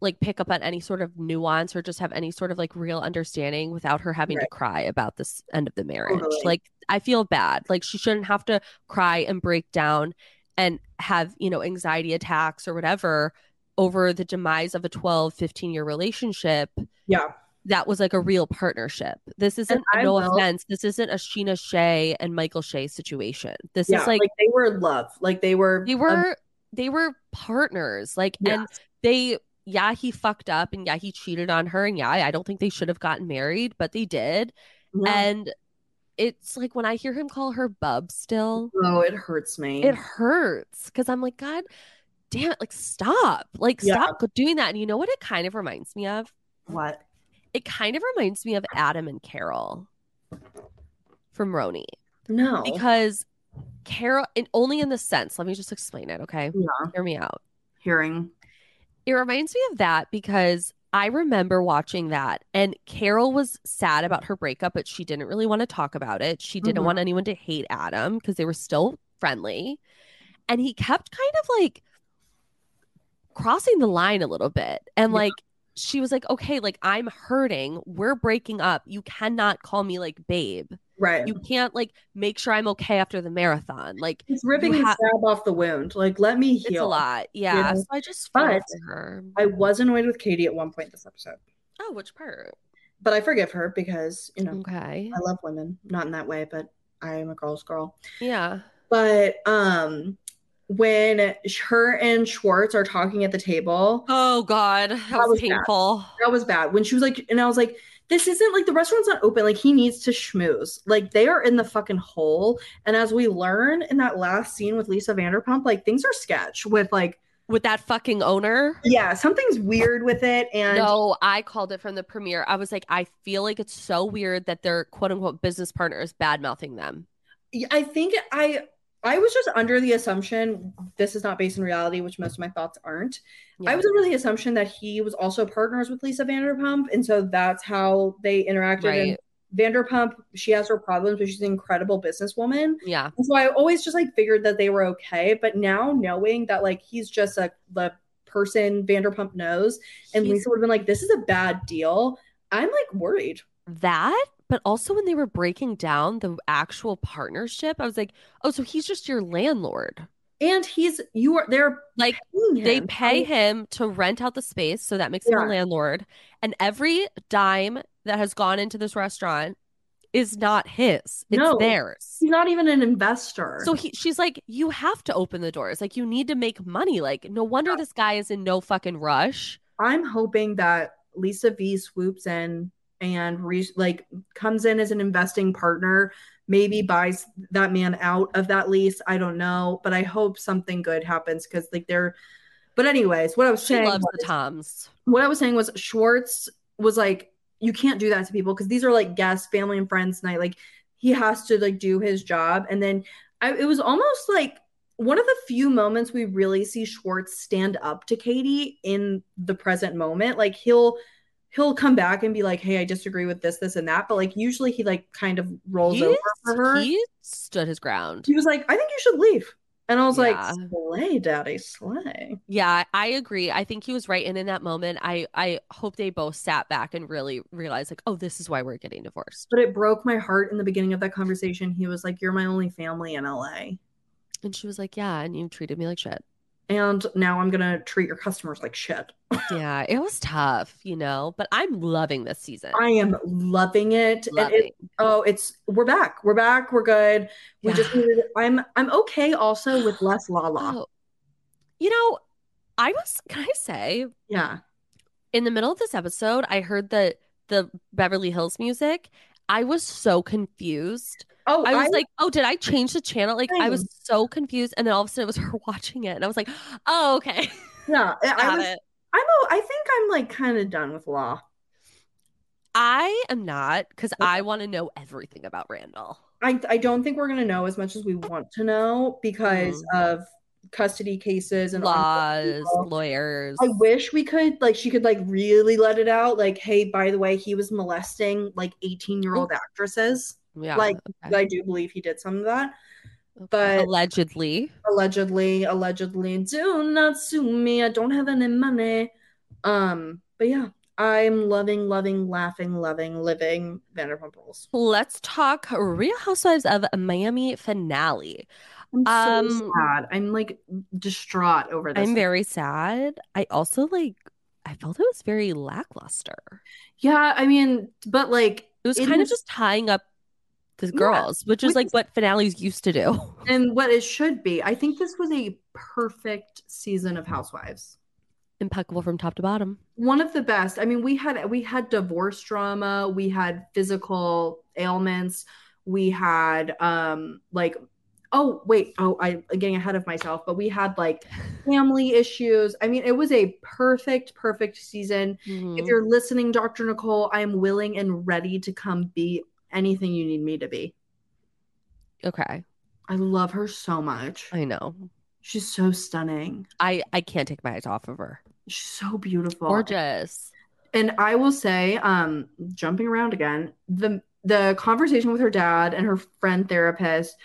S1: like pick up on any sort of nuance or just have any sort of like real understanding without her having to
S2: Right.
S1: cry about this end of the marriage.
S2: Totally.
S1: Like I feel bad. Like she shouldn't have to cry and break down and have, you know, anxiety attacks or whatever over the demise of a 12, 15 year relationship
S2: Yeah.
S1: that was like a real partnership. This isn't
S2: I
S1: no
S2: will-
S1: offense. This isn't a Sheena Shea and Michael Shea situation. This
S2: yeah.
S1: is
S2: Like,
S1: like,
S2: they were in love. Like they were
S1: they were they were partners. Like
S2: Yeah.
S1: and they yeah, he fucked up and yeah, he cheated on her and yeah, I don't think they should have gotten married, but they did.
S2: Yeah.
S1: And it's like when I hear him call her bub still,
S2: oh, it hurts me.
S1: it hurts cuz I'm like god damn it, like stop. Like
S2: Yeah.
S1: stop doing that. And you know what it kind of reminds me of?
S2: what?
S1: it kind of reminds me of Adam and Carol from Roni
S2: No.
S1: because Carol, and only in the sense, let me just explain it, okay?
S2: Yeah.
S1: Hear me out.
S2: Hearing.
S1: It reminds me of that because I remember watching that, and Carol was sad about her breakup, but she didn't really want to talk about it. She didn't
S2: Mhm.
S1: want anyone to hate Adam because they were still friendly. And he kept kind of like crossing the line a little bit. And
S2: Yeah.
S1: like, she was like, okay, like I'm hurting. We're breaking up. You cannot call me like babe.
S2: Right.
S1: You can't like make sure I'm okay after the marathon. Like,
S2: It's ripping
S1: you
S2: the
S1: ha-
S2: stab off the wound. Like, let me heal.
S1: it's a lot. Yeah.
S2: know?
S1: So I just feel
S2: But-
S1: for her.
S2: I was annoyed with Katie at one point this episode,
S1: Oh, which part?
S2: but I forgive her because, you know,
S1: Mm-hmm. Okay.
S2: I love women, not in that way, but I am a girl's girl.
S1: Yeah.
S2: But um when sh- her and Schwartz are talking at the table,
S1: Oh God, that, was,
S2: was bad.
S1: painful.
S2: that was bad. When she was like, and I was like, this isn't like the restaurant's not open. Like he needs to schmooze. Like they are in the fucking hole. And as we learn in that last scene with Lisa Vanderpump, like things are sketch with like,
S1: With that fucking owner.
S2: yeah, something's weird with it. And
S1: No, I called it from the premiere. I was like, I feel like it's so weird that their quote unquote business partner is bad mouthing them.
S2: Yeah, I think I I was just under the assumption this is not based in reality, which most of my thoughts aren't.
S1: Yeah.
S2: I was under the assumption that he was also partners with Lisa Vanderpump, and so that's how they interacted.
S1: right.
S2: And Vanderpump, she has her problems, but she's an incredible businesswoman.
S1: Yeah.
S2: And so I always just like figured that they were okay, but now knowing that like he's just a the person Vanderpump knows, and
S1: He's-
S2: Lisa would have been like, "This is a bad deal." I'm like worried.
S1: that but also when they were breaking down the actual partnership i was like oh so he's just your landlord
S2: And he's you are they're
S1: like
S2: paying
S1: they
S2: him.
S1: pay him to rent out the space so that makes him a
S2: Yeah.
S1: landlord and every dime that has gone into this restaurant is not his. It's
S2: No.
S1: theirs.
S2: He's not even an investor.
S1: So he, she's like, you have to open the doors. Like, you need to make money. Like, no wonder this guy is in no fucking rush.
S2: I'm hoping that Lisa V swoops in and re- like comes in as an investing partner, maybe buys that man out of that lease. I don't know, but I hope something good happens because like they're. But anyways, what I was
S1: She
S2: saying,
S1: loves the
S2: was-
S1: Toms.
S2: what I was saying was Schwartz was like, you can't do that to people because these are like guests, family and friends night. Like he has to like do his job, and then I, it was almost like one of the few moments we really see Schwartz stand up to Katie in the present moment. Like he'll he'll come back and be like, "Hey, I disagree with this, this, and that," but like usually he like kind of rolls over for her.
S1: He's- He stood his ground.
S2: He was like, "I think you should leave," and I was
S1: Yeah.
S2: like, "Slay, daddy, slay."
S1: Yeah, I agree. I think he was right. And in that moment, I I hope they both sat back and really realized, like, oh, this is why we're getting divorced.
S2: But it broke my heart in the beginning of that conversation. He was like, "You're my only family in LA."
S1: And she was like, yeah, and you treated me like shit.
S2: and now I'm gonna treat your customers like shit.
S1: Yeah, it was tough, you know. But I'm loving this season.
S2: I am loving it. And
S1: loving.
S2: it oh, it's we're back. We're back. We're good. We just
S1: Yeah.
S2: needed, I'm I'm okay also with less Lala.
S1: Oh. You know, I was. Can I say
S2: Yeah.
S1: in the middle of this episode, I heard the the Beverly Hills music. I was so confused.
S2: Oh,
S1: I was like, "Oh, did I change the channel?" Like, I was so confused, and then all of a sudden, it was her watching it, and I was like, "Oh, okay,
S2: yeah. I- I
S1: got
S2: was,
S1: it."
S2: I'm o- I think I'm like kind of done with law.
S1: I am not because I want to know everything about Randall.
S2: I I don't think we're gonna know as much as we want to know because of custody cases and
S1: Mm. Laws,
S2: law.
S1: lawyers.
S2: I wish we could like she could like really let it out like hey by the way he was molesting like 18 year old actresses
S1: Yeah,
S2: like,
S1: okay,
S2: I do believe he did some of that.
S1: okay.
S2: but-
S1: allegedly,
S2: Allegedly, allegedly, do not sue me. I don't have any money. Um, but yeah, I'm loving, loving, laughing, loving, living Vanderpump Rules.
S1: let's talk Real Housewives of Miami finale.
S2: I'm so
S1: Um,
S2: sad. I'm like distraught over this.
S1: I'm very sad. I also like I felt it was very lackluster.
S2: yeah, I mean, but like
S1: It was
S2: It
S1: kind
S2: was-
S1: of just tying up the
S2: Yeah,
S1: girls, which is
S2: which
S1: like
S2: is-
S1: what finales used to do.
S2: and what it should be. I think this was a perfect season of Housewives.
S1: Impeccable from top to bottom.
S2: One of the best. I mean, we had we had divorce drama, we had physical ailments, we had um like oh wait, oh I'm getting ahead of myself, but we had like family issues. I mean, it was a perfect perfect season. If
S1: Mhm.
S2: you're listening, Dr. Nicole, I am willing and ready to come be anything you need me to be.
S1: Okay.
S2: I love her so much.
S1: I know.
S2: She's so stunning.
S1: I I can't take my eyes off of her.
S2: She's so beautiful.
S1: Gorgeous.
S2: And I will say, um, jumping around again, the the conversation with her dad and her friend therapist,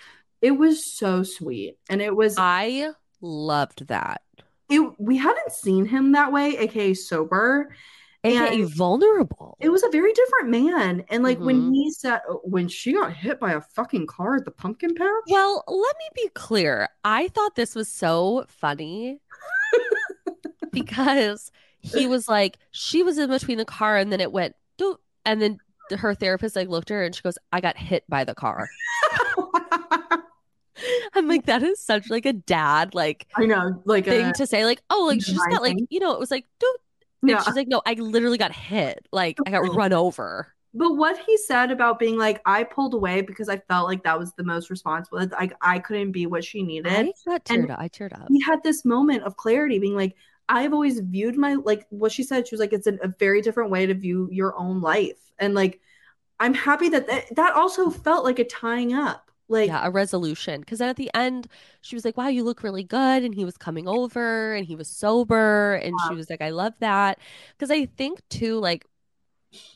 S2: it was so sweet. And it was
S1: I loved that.
S2: it we hadn't seen him that way, aka sober.
S1: AKA
S2: And-
S1: vulnerable.
S2: It was a very different man. And like when
S1: Mhm.
S2: he said when she got hit by a fucking car at the pumpkin patch,
S1: Well, let me be clear. I thought this was so funny because he was like, she was in between the car and then it went, "Doo," and then her therapist like looked at her and she goes, I got hit by the car. I'm like, that is such like a dad like
S2: I know, like uh, a,
S1: thing to say, like, oh, like she just got like,
S2: minimizing.
S1: you know, it was like, do and
S2: yeah. Oh.
S1: she's like, no, I literally got hit. Like I got run over.
S2: But what he said about being like, I pulled away because I felt like that was the most responsible. Like I couldn't be what she needed.
S1: I got
S2: and-
S1: teared up. I teared up.
S2: we had this moment of clarity being like i've always viewed my like what she said she was like it's an, a very different way to view your own life and like i'm happy that th- that also felt like a tying up like
S1: yeah, a resolution. Because then at the end, she was like, "Wow, you look really good," and he was coming over, and he was sober, and she was like, "I love that." Because I think too, like,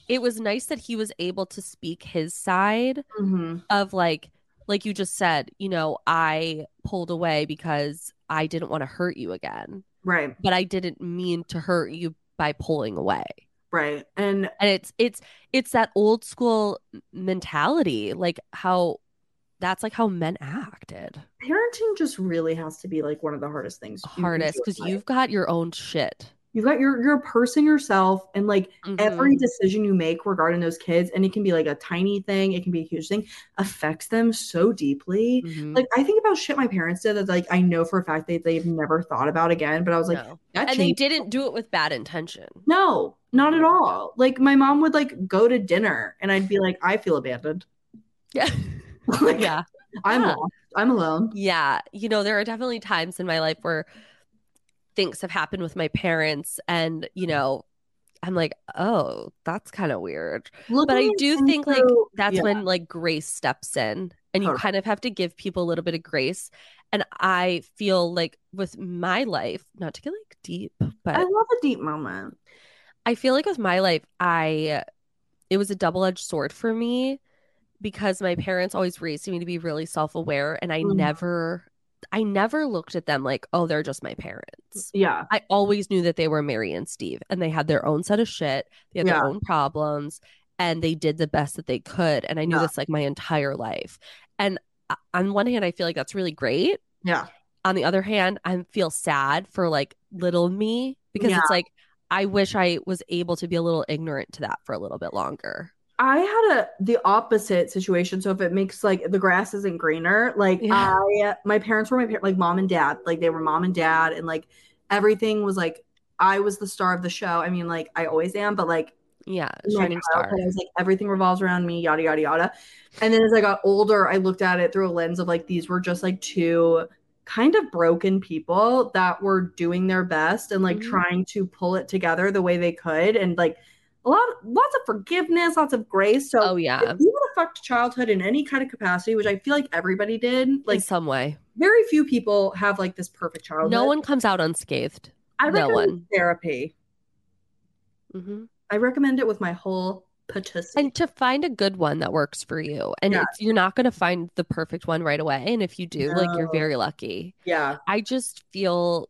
S1: it was nice that he was able to speak his side
S2: mhm.
S1: of like, like you just said, you know, I pulled away because I didn't want to hurt you again,
S2: right
S1: but I didn't mean to hurt you by pulling away.
S2: right and
S1: And it's it's it's that old school mentality, like how that's like how men acted.
S2: parenting just really has to be like one of the hardest things you can do
S1: hardest
S2: in
S1: because
S2: life.
S1: you've got your own shit.
S2: you've got your you're a person yourself and like
S1: Mhm.
S2: every decision you make regarding those kids and it can be like a tiny thing it can be a huge thing affects them so deeply
S1: Mhm.
S2: Mm-hmm. like i think about shit my parents did that like i know for a fact that they've never thought about again but i was like
S1: No.
S2: that
S1: and they
S2: changed-
S1: didn't do it with bad intention.
S2: no not at all like my mom would like go to dinner and i'd be like i feel abandoned
S1: Yeah.
S2: like
S1: yeah.
S2: i'm
S1: Yeah.
S2: lost. i'm alone
S1: Yeah. You know, there are definitely times in my life where things have happened with my parents and, you know, I'm like, "Oh, that's kind of weird." But I
S2: Looking
S1: do
S2: at
S1: think, like,
S2: through-
S1: That's
S2: yeah.
S1: when like grace steps in and you
S2: Totally.
S1: kind of have to give people a little bit of grace. And I feel like with my life, not to get like deep, but
S2: i love a deep moment
S1: I feel like with my life, I it was a double-edged sword for me because my parents always raised me to be really self-aware and I
S2: Mhm.
S1: never I never looked at them like, oh, they're just my parents.
S2: yeah
S1: I always knew that they were Mary and Steve and they had their own set of shit. They had
S2: Yeah.
S1: their own problems and they did the best that they could. And I knew
S2: Yeah.
S1: this like my entire life. And uh, on one hand, I feel like that's really great
S2: yeah
S1: on the other hand, I feel sad for like little me because
S2: Yeah.
S1: it's like I wish I was able to be a little ignorant to that for a little bit longer.
S2: I had a the opposite situation. So if it makes like the grass isn't greener, like
S1: Yeah.
S2: I my parents were my parents like mom and dad, like they were mom and dad, and like everything was like I was the star of the show. I mean, like I always am, but like
S1: Yeah,
S2: in my
S1: shining star.
S2: childhood, I was like everything revolves around me, yada yada yada. And then as I got older, I looked at it through a lens of like these were just like two kind of broken people that were doing their best and like
S1: Mhm.
S2: trying to pull it together the way they could, and like a lot, lots of forgiveness, lots of grace. So
S1: Oh yeah,
S2: if you had a fucked childhood in any kind of capacity, which I feel like everybody did,
S1: like
S2: like
S1: in some way,
S2: very few people have like this perfect childhood.
S1: no one comes out unscathed.
S2: I
S1: no
S2: recommend
S1: one.
S2: therapy.
S1: hmm
S2: I recommend it with my whole patootie.
S1: And to find a good one that works for you, and
S2: Yeah.
S1: if you're not going to find the perfect one right away, and if you do, like you're
S2: No.
S1: very lucky.
S2: yeah,
S1: I just feel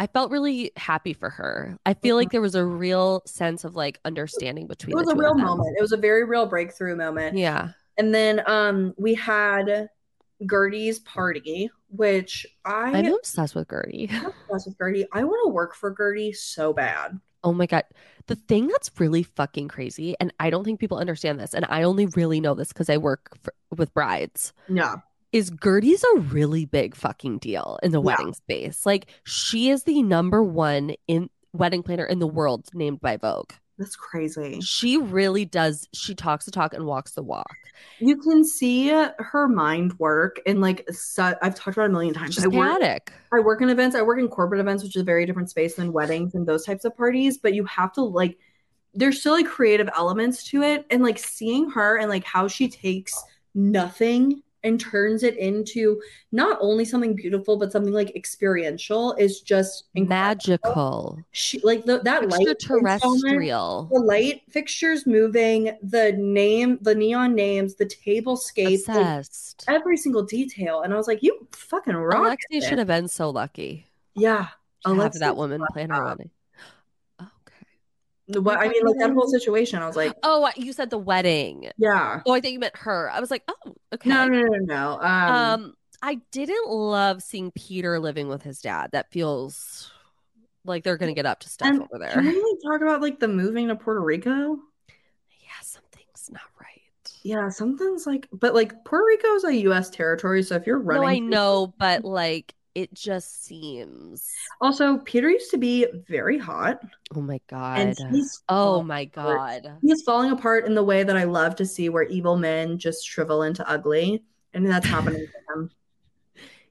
S1: I felt really happy for her. I feel like there was a real sense of like understanding between.
S2: Mm-hmm. it was
S1: the
S2: a
S1: two of
S2: real
S1: them.
S2: moment. It was a very real breakthrough moment.
S1: Yeah.
S2: And then um we had Gertie's party, which I
S1: I'm obsessed with Gertie.
S2: I'm obsessed with Gertie. I want to work for Gertie so bad.
S1: Oh my God. The thing that's really fucking crazy, and I don't think people understand this, and I only really know this because I work for, with brides,
S2: Yeah,
S1: is Gertie's a really big fucking deal in the
S2: Yeah.
S1: wedding space. Like, she is the number one in wedding planner in the world named by Vogue.
S2: that's crazy.
S1: She really does. She talks the talk and walks the walk.
S2: You can see her mind work and like so, I've talked about it a million times.
S1: She's
S2: I work,
S1: chaotic.
S2: I work in events. I work in corporate events, which is a very different space than weddings and those types of parties. But you have to like, there's still like creative elements to it, and like seeing her and like how she takes nothing and turns it into not only something beautiful but something like experiential is just incredible.
S1: Magical.
S2: She like the, that light installment,
S1: Extraterrestrial.
S2: the light fixtures moving, the name, the neon names, the table scape, like,
S1: Obsessed.
S2: every single detail. And I was like, you fucking rock.
S1: Alexei should have been so lucky.
S2: Yeah.
S1: to have
S2: Alexei
S1: that woman plan her
S2: up.
S1: wedding. Okay.
S2: What I mean, like that whole situation. I was like,
S1: Oh, I- you said the wedding.
S2: yeah.
S1: Oh, I think you meant her. I was like, oh, okay.
S2: No, no, no, no. no. Um,
S1: Um, I didn't love seeing Peter living with his dad. That feels like they're gonna get up to stuff
S2: and
S1: over there.
S2: can we like, talk about like the moving to Puerto Rico?
S1: yeah, something's not right.
S2: Yeah, something's like, but like Puerto Rico is a U.S. territory, so if you're running,
S1: No, I
S2: through-
S1: know, but like it just seems.
S2: Also, Peter used to be very hot,
S1: Oh my god.
S2: and he's
S1: oh my god.
S2: he's falling apart in the way that I love to see, where evil men just shrivel into ugly, and that's happening to him.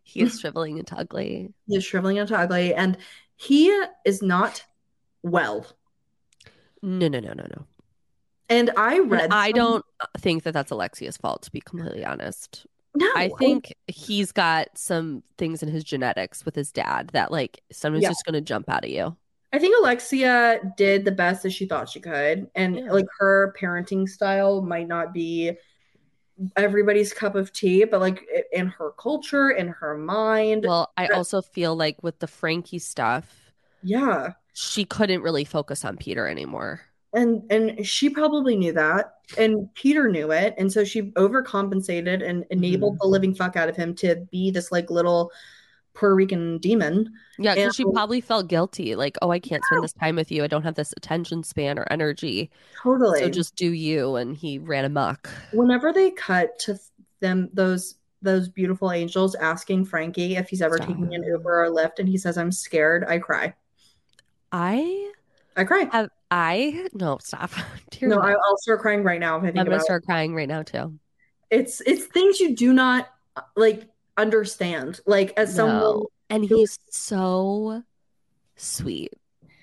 S1: He is shriveling and ugly.
S2: He is shriveling into ugly, and he is not well.
S1: No, no, no, no, no.
S2: And I
S1: And
S2: read.
S1: I
S2: some-
S1: don't think that that's Alexia's fault. To be completely honest,
S2: No,
S1: I think he's got some things in his genetics with his dad that like sometimes
S2: Yeah.
S1: just gonna jump out at you.
S2: I think Alexia did the best that she thought she could, and
S1: Yeah.
S2: like her parenting style might not be everybody's cup of tea, but like i- in her culture, in her mind,
S1: Well, I
S2: But-
S1: also feel like with the Frankie stuff,
S2: yeah.
S1: she couldn't really focus on Peter anymore.
S2: And and she probably knew that, and Peter knew it, and
S1: Mm-hmm.
S2: so she overcompensated and enabled the living fuck out of him to be this like little Puerto Rican demon.
S1: Yeah, 'cause she
S2: And-
S1: probably felt guilty. Like, oh, I can't spend this time with you. I don't have this attention span or energy.
S2: Totally.
S1: So just do you. And he ran amok.
S2: whenever they cut to them those those beautiful angels asking Frankie if he's ever
S1: Stop.
S2: taking an Uber or Lyft and he says I'm scared, I cry.
S1: I
S2: I cry.
S1: have, I, no, stop. Dear
S2: No,
S1: God.
S2: I, I'll start crying right now if I think
S1: I'm going
S2: about
S1: to
S2: it.
S1: start crying right now, too.
S2: It's it's things you do not uh, like understand. Like as someone
S1: No. And
S2: who-
S1: he's so sweet.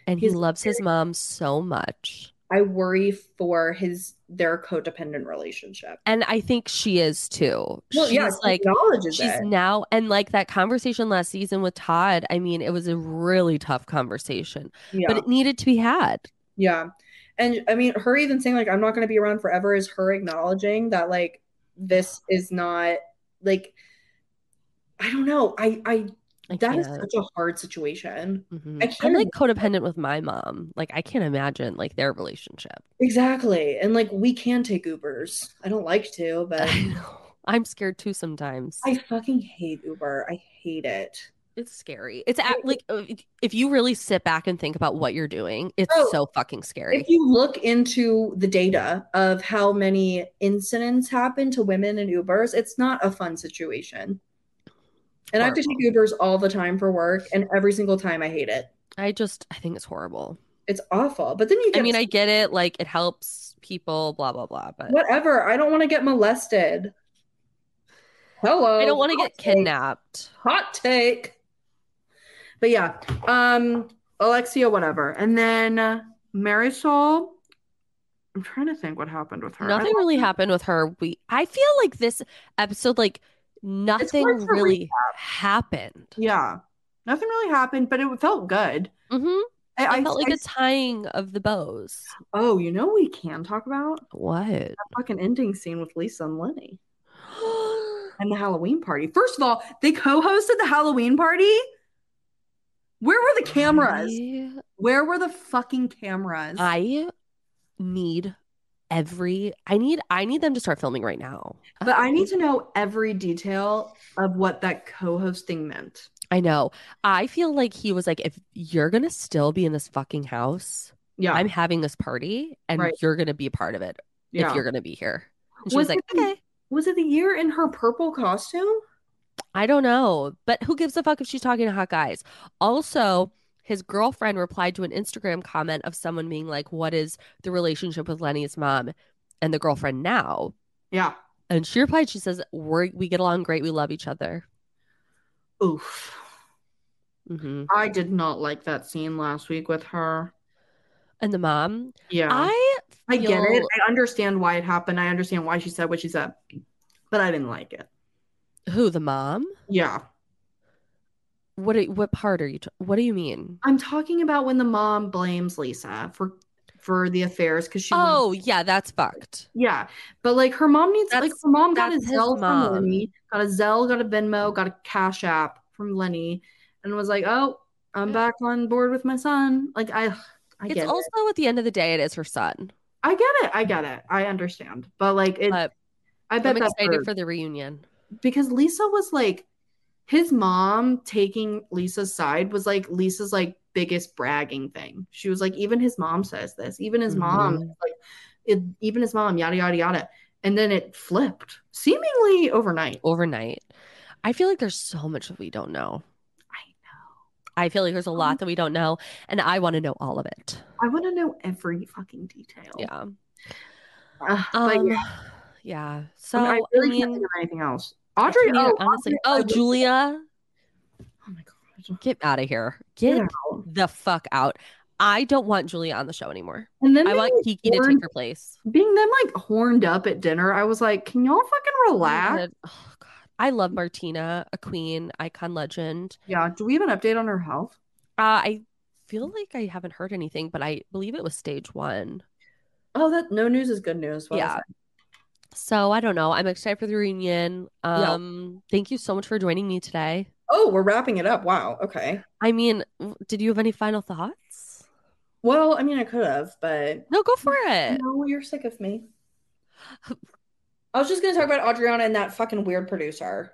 S1: And he
S2: He's
S1: loves his
S2: very-
S1: mom so much.
S2: I worry for his their codependent relationship.
S1: And I think she is too.
S2: Well,
S1: she's
S2: yeah, she
S1: like,
S2: acknowledges
S1: she's
S2: it.
S1: now, and like that conversation last season with Todd, I mean, it was a really tough conversation,
S2: yeah.
S1: but it needed to be had.
S2: Yeah. And I mean, her even saying, like, I'm not going to be around forever is her acknowledging that, like, this is not, like, I don't know. I, I,
S1: I
S2: that is
S1: can't.
S2: such a hard situation.
S1: Mhm.
S2: I
S1: I'm
S2: can't-
S1: like codependent with my mom. Like I can't imagine like their relationship.
S2: Exactly. And, like, we can take Ubers. I don't like to, but
S1: I know. I'm scared too sometimes.
S2: I fucking hate Uber. I hate it.
S1: it's scary. It's at, like uh, if you really sit back and think about what you're doing, it's
S2: Oh,
S1: so fucking scary.
S2: If you look into the data of how many incidents happen to women in Ubers, it's not a fun situation. And I have to take Ubers all the time for work, and every single time I hate it.
S1: I just I think it's horrible.
S2: It's awful. But then you get
S1: I mean, I get it. Like it helps people, blah blah blah. But
S2: whatever. I don't want to get molested. Hello.
S1: I don't want to
S2: Hot
S1: get
S2: take.
S1: kidnapped.
S2: Hot take. But yeah, um, Alexia, whatever, and then uh, Marisol. I'm trying to think what happened with her. I
S1: Nothing
S2: don't-
S1: really happened with her. We I feel like this episode, like nothing
S2: hard to
S1: really happened.
S2: Yeah, nothing really happened, but it felt good.
S1: hmm
S2: I,
S1: I,
S2: I-
S1: felt like
S2: I-
S1: a tying of the bows.
S2: oh, you know, what we can talk about
S1: What?
S2: that fucking ending scene with Lisa and Lenny and the Halloween party. First of all, they co-hosted the Halloween party. Where were the cameras?
S1: I,
S2: Where were the fucking cameras?
S1: I need every I need I need them to start filming right now.
S2: but I need to know every detail of what that co-hosting meant.
S1: I know. I feel like he was like, if you're gonna still be in this fucking house,
S2: Yeah,
S1: I'm having this party and
S2: Right.
S1: you're gonna be a part of it
S2: yeah.
S1: if you're gonna be here. And she
S2: Was
S1: was like,
S2: it the-
S1: Okay.
S2: was it the year in her purple costume?
S1: I don't know, but who gives a fuck if she's talking to hot guys? Also, his girlfriend replied to an Instagram comment of someone being like, What is the relationship with Lenny's mom and the girlfriend now?
S2: Yeah.
S1: And she replied, She says, We're, We get along great. We love each other.
S2: Oof.
S1: hmm
S2: I did not like that scene last week with her.
S1: And the mom,
S2: Yeah.
S1: I
S2: I get it.
S1: feel-
S2: I understand why it happened. I understand why she said what she said, but I didn't like it.
S1: Who, the mom?
S2: Yeah.
S1: What, are, what part are you, t- what do you mean?
S2: I'm talking about when the mom blames Lisa for for the affairs because she wanted-
S1: Oh, yeah, that's fucked.
S2: yeah, but like her mom needs like
S1: That's-
S2: her mom got a
S1: that's his
S2: Zelle
S1: mom.
S2: from Lenny, got a Zelle, got a Venmo, got a Cash App from Lenny, and was like, oh, I'm back on board with my son. Like I, I
S1: It's
S2: get it.
S1: also at the end of the day, it is her son.
S2: I get it. I get it. I understand. But like it,
S1: But
S2: I
S1: I'm
S2: bet that
S1: excited
S2: hurt.
S1: for the reunion.
S2: because Lisa was like his mom taking Lisa's side was like Lisa's like biggest bragging thing. She was like, even his mom says this, even his mom,
S1: Mhm.
S2: like it, even his mom, yada yada yada. And then it flipped seemingly overnight.
S1: overnight. I feel like there's so much that we don't know.
S2: I
S1: I feel like there's a
S2: Um,
S1: lot that we don't know, and I want to know all of it.
S2: I want to know every fucking detail.
S1: Yeah.
S2: Ugh, Oh. but
S1: Um,
S2: yeah,
S1: yeah. So
S2: I, mean, I
S1: I,
S2: really can't
S1: mean,
S2: think of anything else.
S1: I
S2: Audrey,
S1: mean,
S2: oh,
S1: honestly,
S2: Audrey, I
S1: oh
S2: wish-
S1: Julia,
S2: oh my god,
S1: get out of here.
S2: Get
S1: Get
S2: out.
S1: the fuck out. I don't want Julia on the show anymore.
S2: And then
S1: I
S2: they,
S1: want
S2: like,
S1: Kiki to
S2: warned-
S1: take her place.
S2: being them like horned up at dinner. I was like, can y'all fucking relax?
S1: Oh, God. I love Martina, a queen, icon legend.
S2: Yeah. Do we have an update on her health?
S1: Uh, I feel like I haven't heard anything, but I believe it was stage one.
S2: Oh, that no news is good news. What
S1: Yeah.
S2: was
S1: So I don't know. I'm excited for the reunion.
S2: Yeah.
S1: Um, thank you so much for joining me today.
S2: Oh, we're wrapping it up. Wow. Okay.
S1: I mean, w- did you have any final thoughts?
S2: Well, I mean, I could have, but
S1: No, go for it.
S2: no, you're sick of me. I was just gonna talk about Adriana and that fucking weird producer.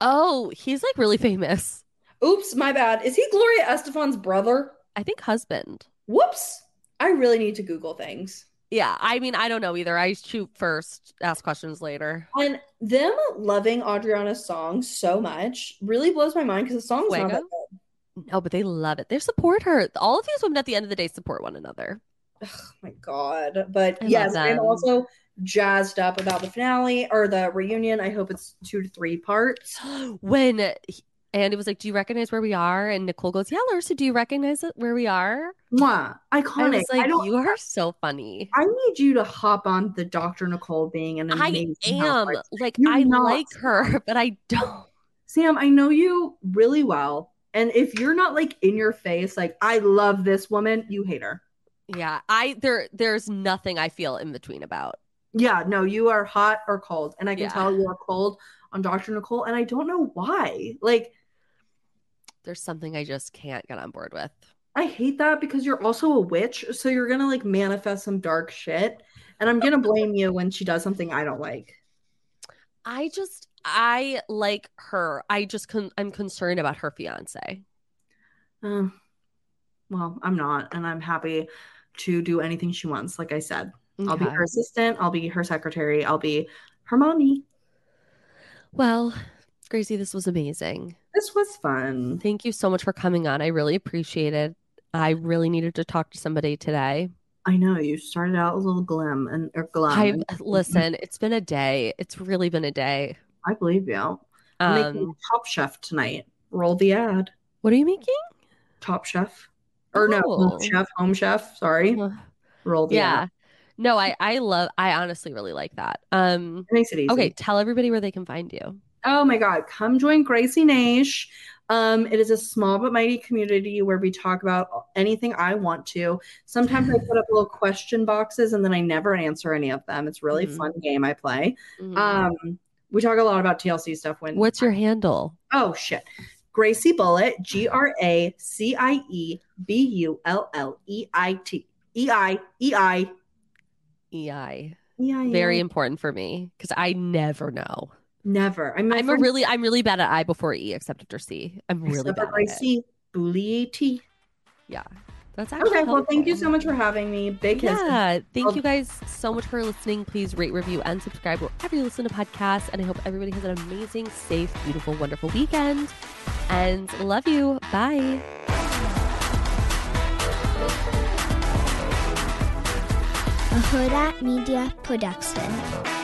S1: Oh, he's like really famous.
S2: Oops, my bad. Is he Gloria Estefan's brother?
S1: I think husband.
S2: Whoops. I really need to Google things.
S1: Yeah, I mean, I don't know either. I shoot first, ask questions later.
S2: And them loving Adriana's song so much really blows my mind because the song's not that Oh
S1: Fuego? No, but they love it. They support her. All of these women at the end of the day support one another.
S2: my god. But
S1: I love
S2: yes, I'm
S1: them.
S2: also jazzed up about the finale or the reunion. I hope it's two to three parts.
S1: When he, Andy was like, "Do you recognize where we are?" and Nicole goes, "Yeah, Larsa, do you recognize it- where we are?"
S2: Mwah.
S1: I
S2: Iconic.
S1: was like,
S2: I don't-
S1: "You are so funny."
S2: I need you to hop on the Dr. Nicole being an
S1: I
S2: amazing
S1: am
S2: housewife.
S1: like
S2: You're
S1: I
S2: not
S1: like her, but I don't.
S2: Sam, I know you really well. And if you're not like in your face, like I love this woman, you hate her.
S1: Yeah, I there there's nothing I feel in between about.
S2: Yeah, no, you are hot or cold. And I can
S1: Yeah.
S2: tell you are cold on Dr. Nicole. And I don't know why. Like,
S1: There's something I just can't get on board with.
S2: I hate that because you're also a witch. So you're going to like manifest some dark shit. And I'm going to blame you when she does something I don't like.
S1: I just I like her. I just con- I'm concerned about her fiance.
S2: Uh, well, I'm not. And I'm happy to do anything she wants. Like I said, I'll be
S1: Okay.
S2: her assistant. I'll be her secretary. I'll be her mommy.
S1: Well, Gracie, this was amazing.
S2: This was fun.
S1: Thank you so much for coming on. I really appreciate it. I really needed to talk to somebody today.
S2: I know you started out a little glim and or glum.
S1: I uh,
S2: and
S1: listen. It's been a day. It's really been a day.
S2: I believe you. I'm making
S1: Um,
S2: Top Chef tonight. Roll the ad.
S1: what are you making?
S2: Top Chef, or no,
S1: Oh.
S2: Home Chef. Home Chef. Sorry.
S1: Uh,
S2: Roll the
S1: yeah.
S2: ad.
S1: No, I I love. I honestly really like that. Um.
S2: It makes it easy.
S1: Okay, tell everybody where they can find you.
S2: Oh my God. Come join Gracie Nash. Um, it is a small but mighty community where we talk about anything I want to. Sometimes I put up little question boxes and then I never answer any of them. It's really
S1: Mhm.
S2: fun game I play.
S1: Mhm.
S2: Um, we talk a lot about TLC stuff when
S1: What's your handle?
S2: Oh shit. Gracie Bullet, G R A C I E B U L L E I T E I E I
S1: EI.
S2: E I.
S1: Very important for me because I never know.
S2: never. I'm,
S1: I'm a really I'm really bad at I before E except after C. I'm really bad at it.
S2: Gracie Bully T.
S1: Yeah. That's actually
S2: Okay, well, thank you
S1: helpful.
S2: so much for having me. Big kiss.
S1: Yeah, thank
S2: I'll-
S1: you guys so much for listening. Please rate, review, and subscribe wherever you listen to podcasts. And I hope everybody has an amazing, safe, beautiful, wonderful weekend. And love you. Bye.
S4: a Huda Media production.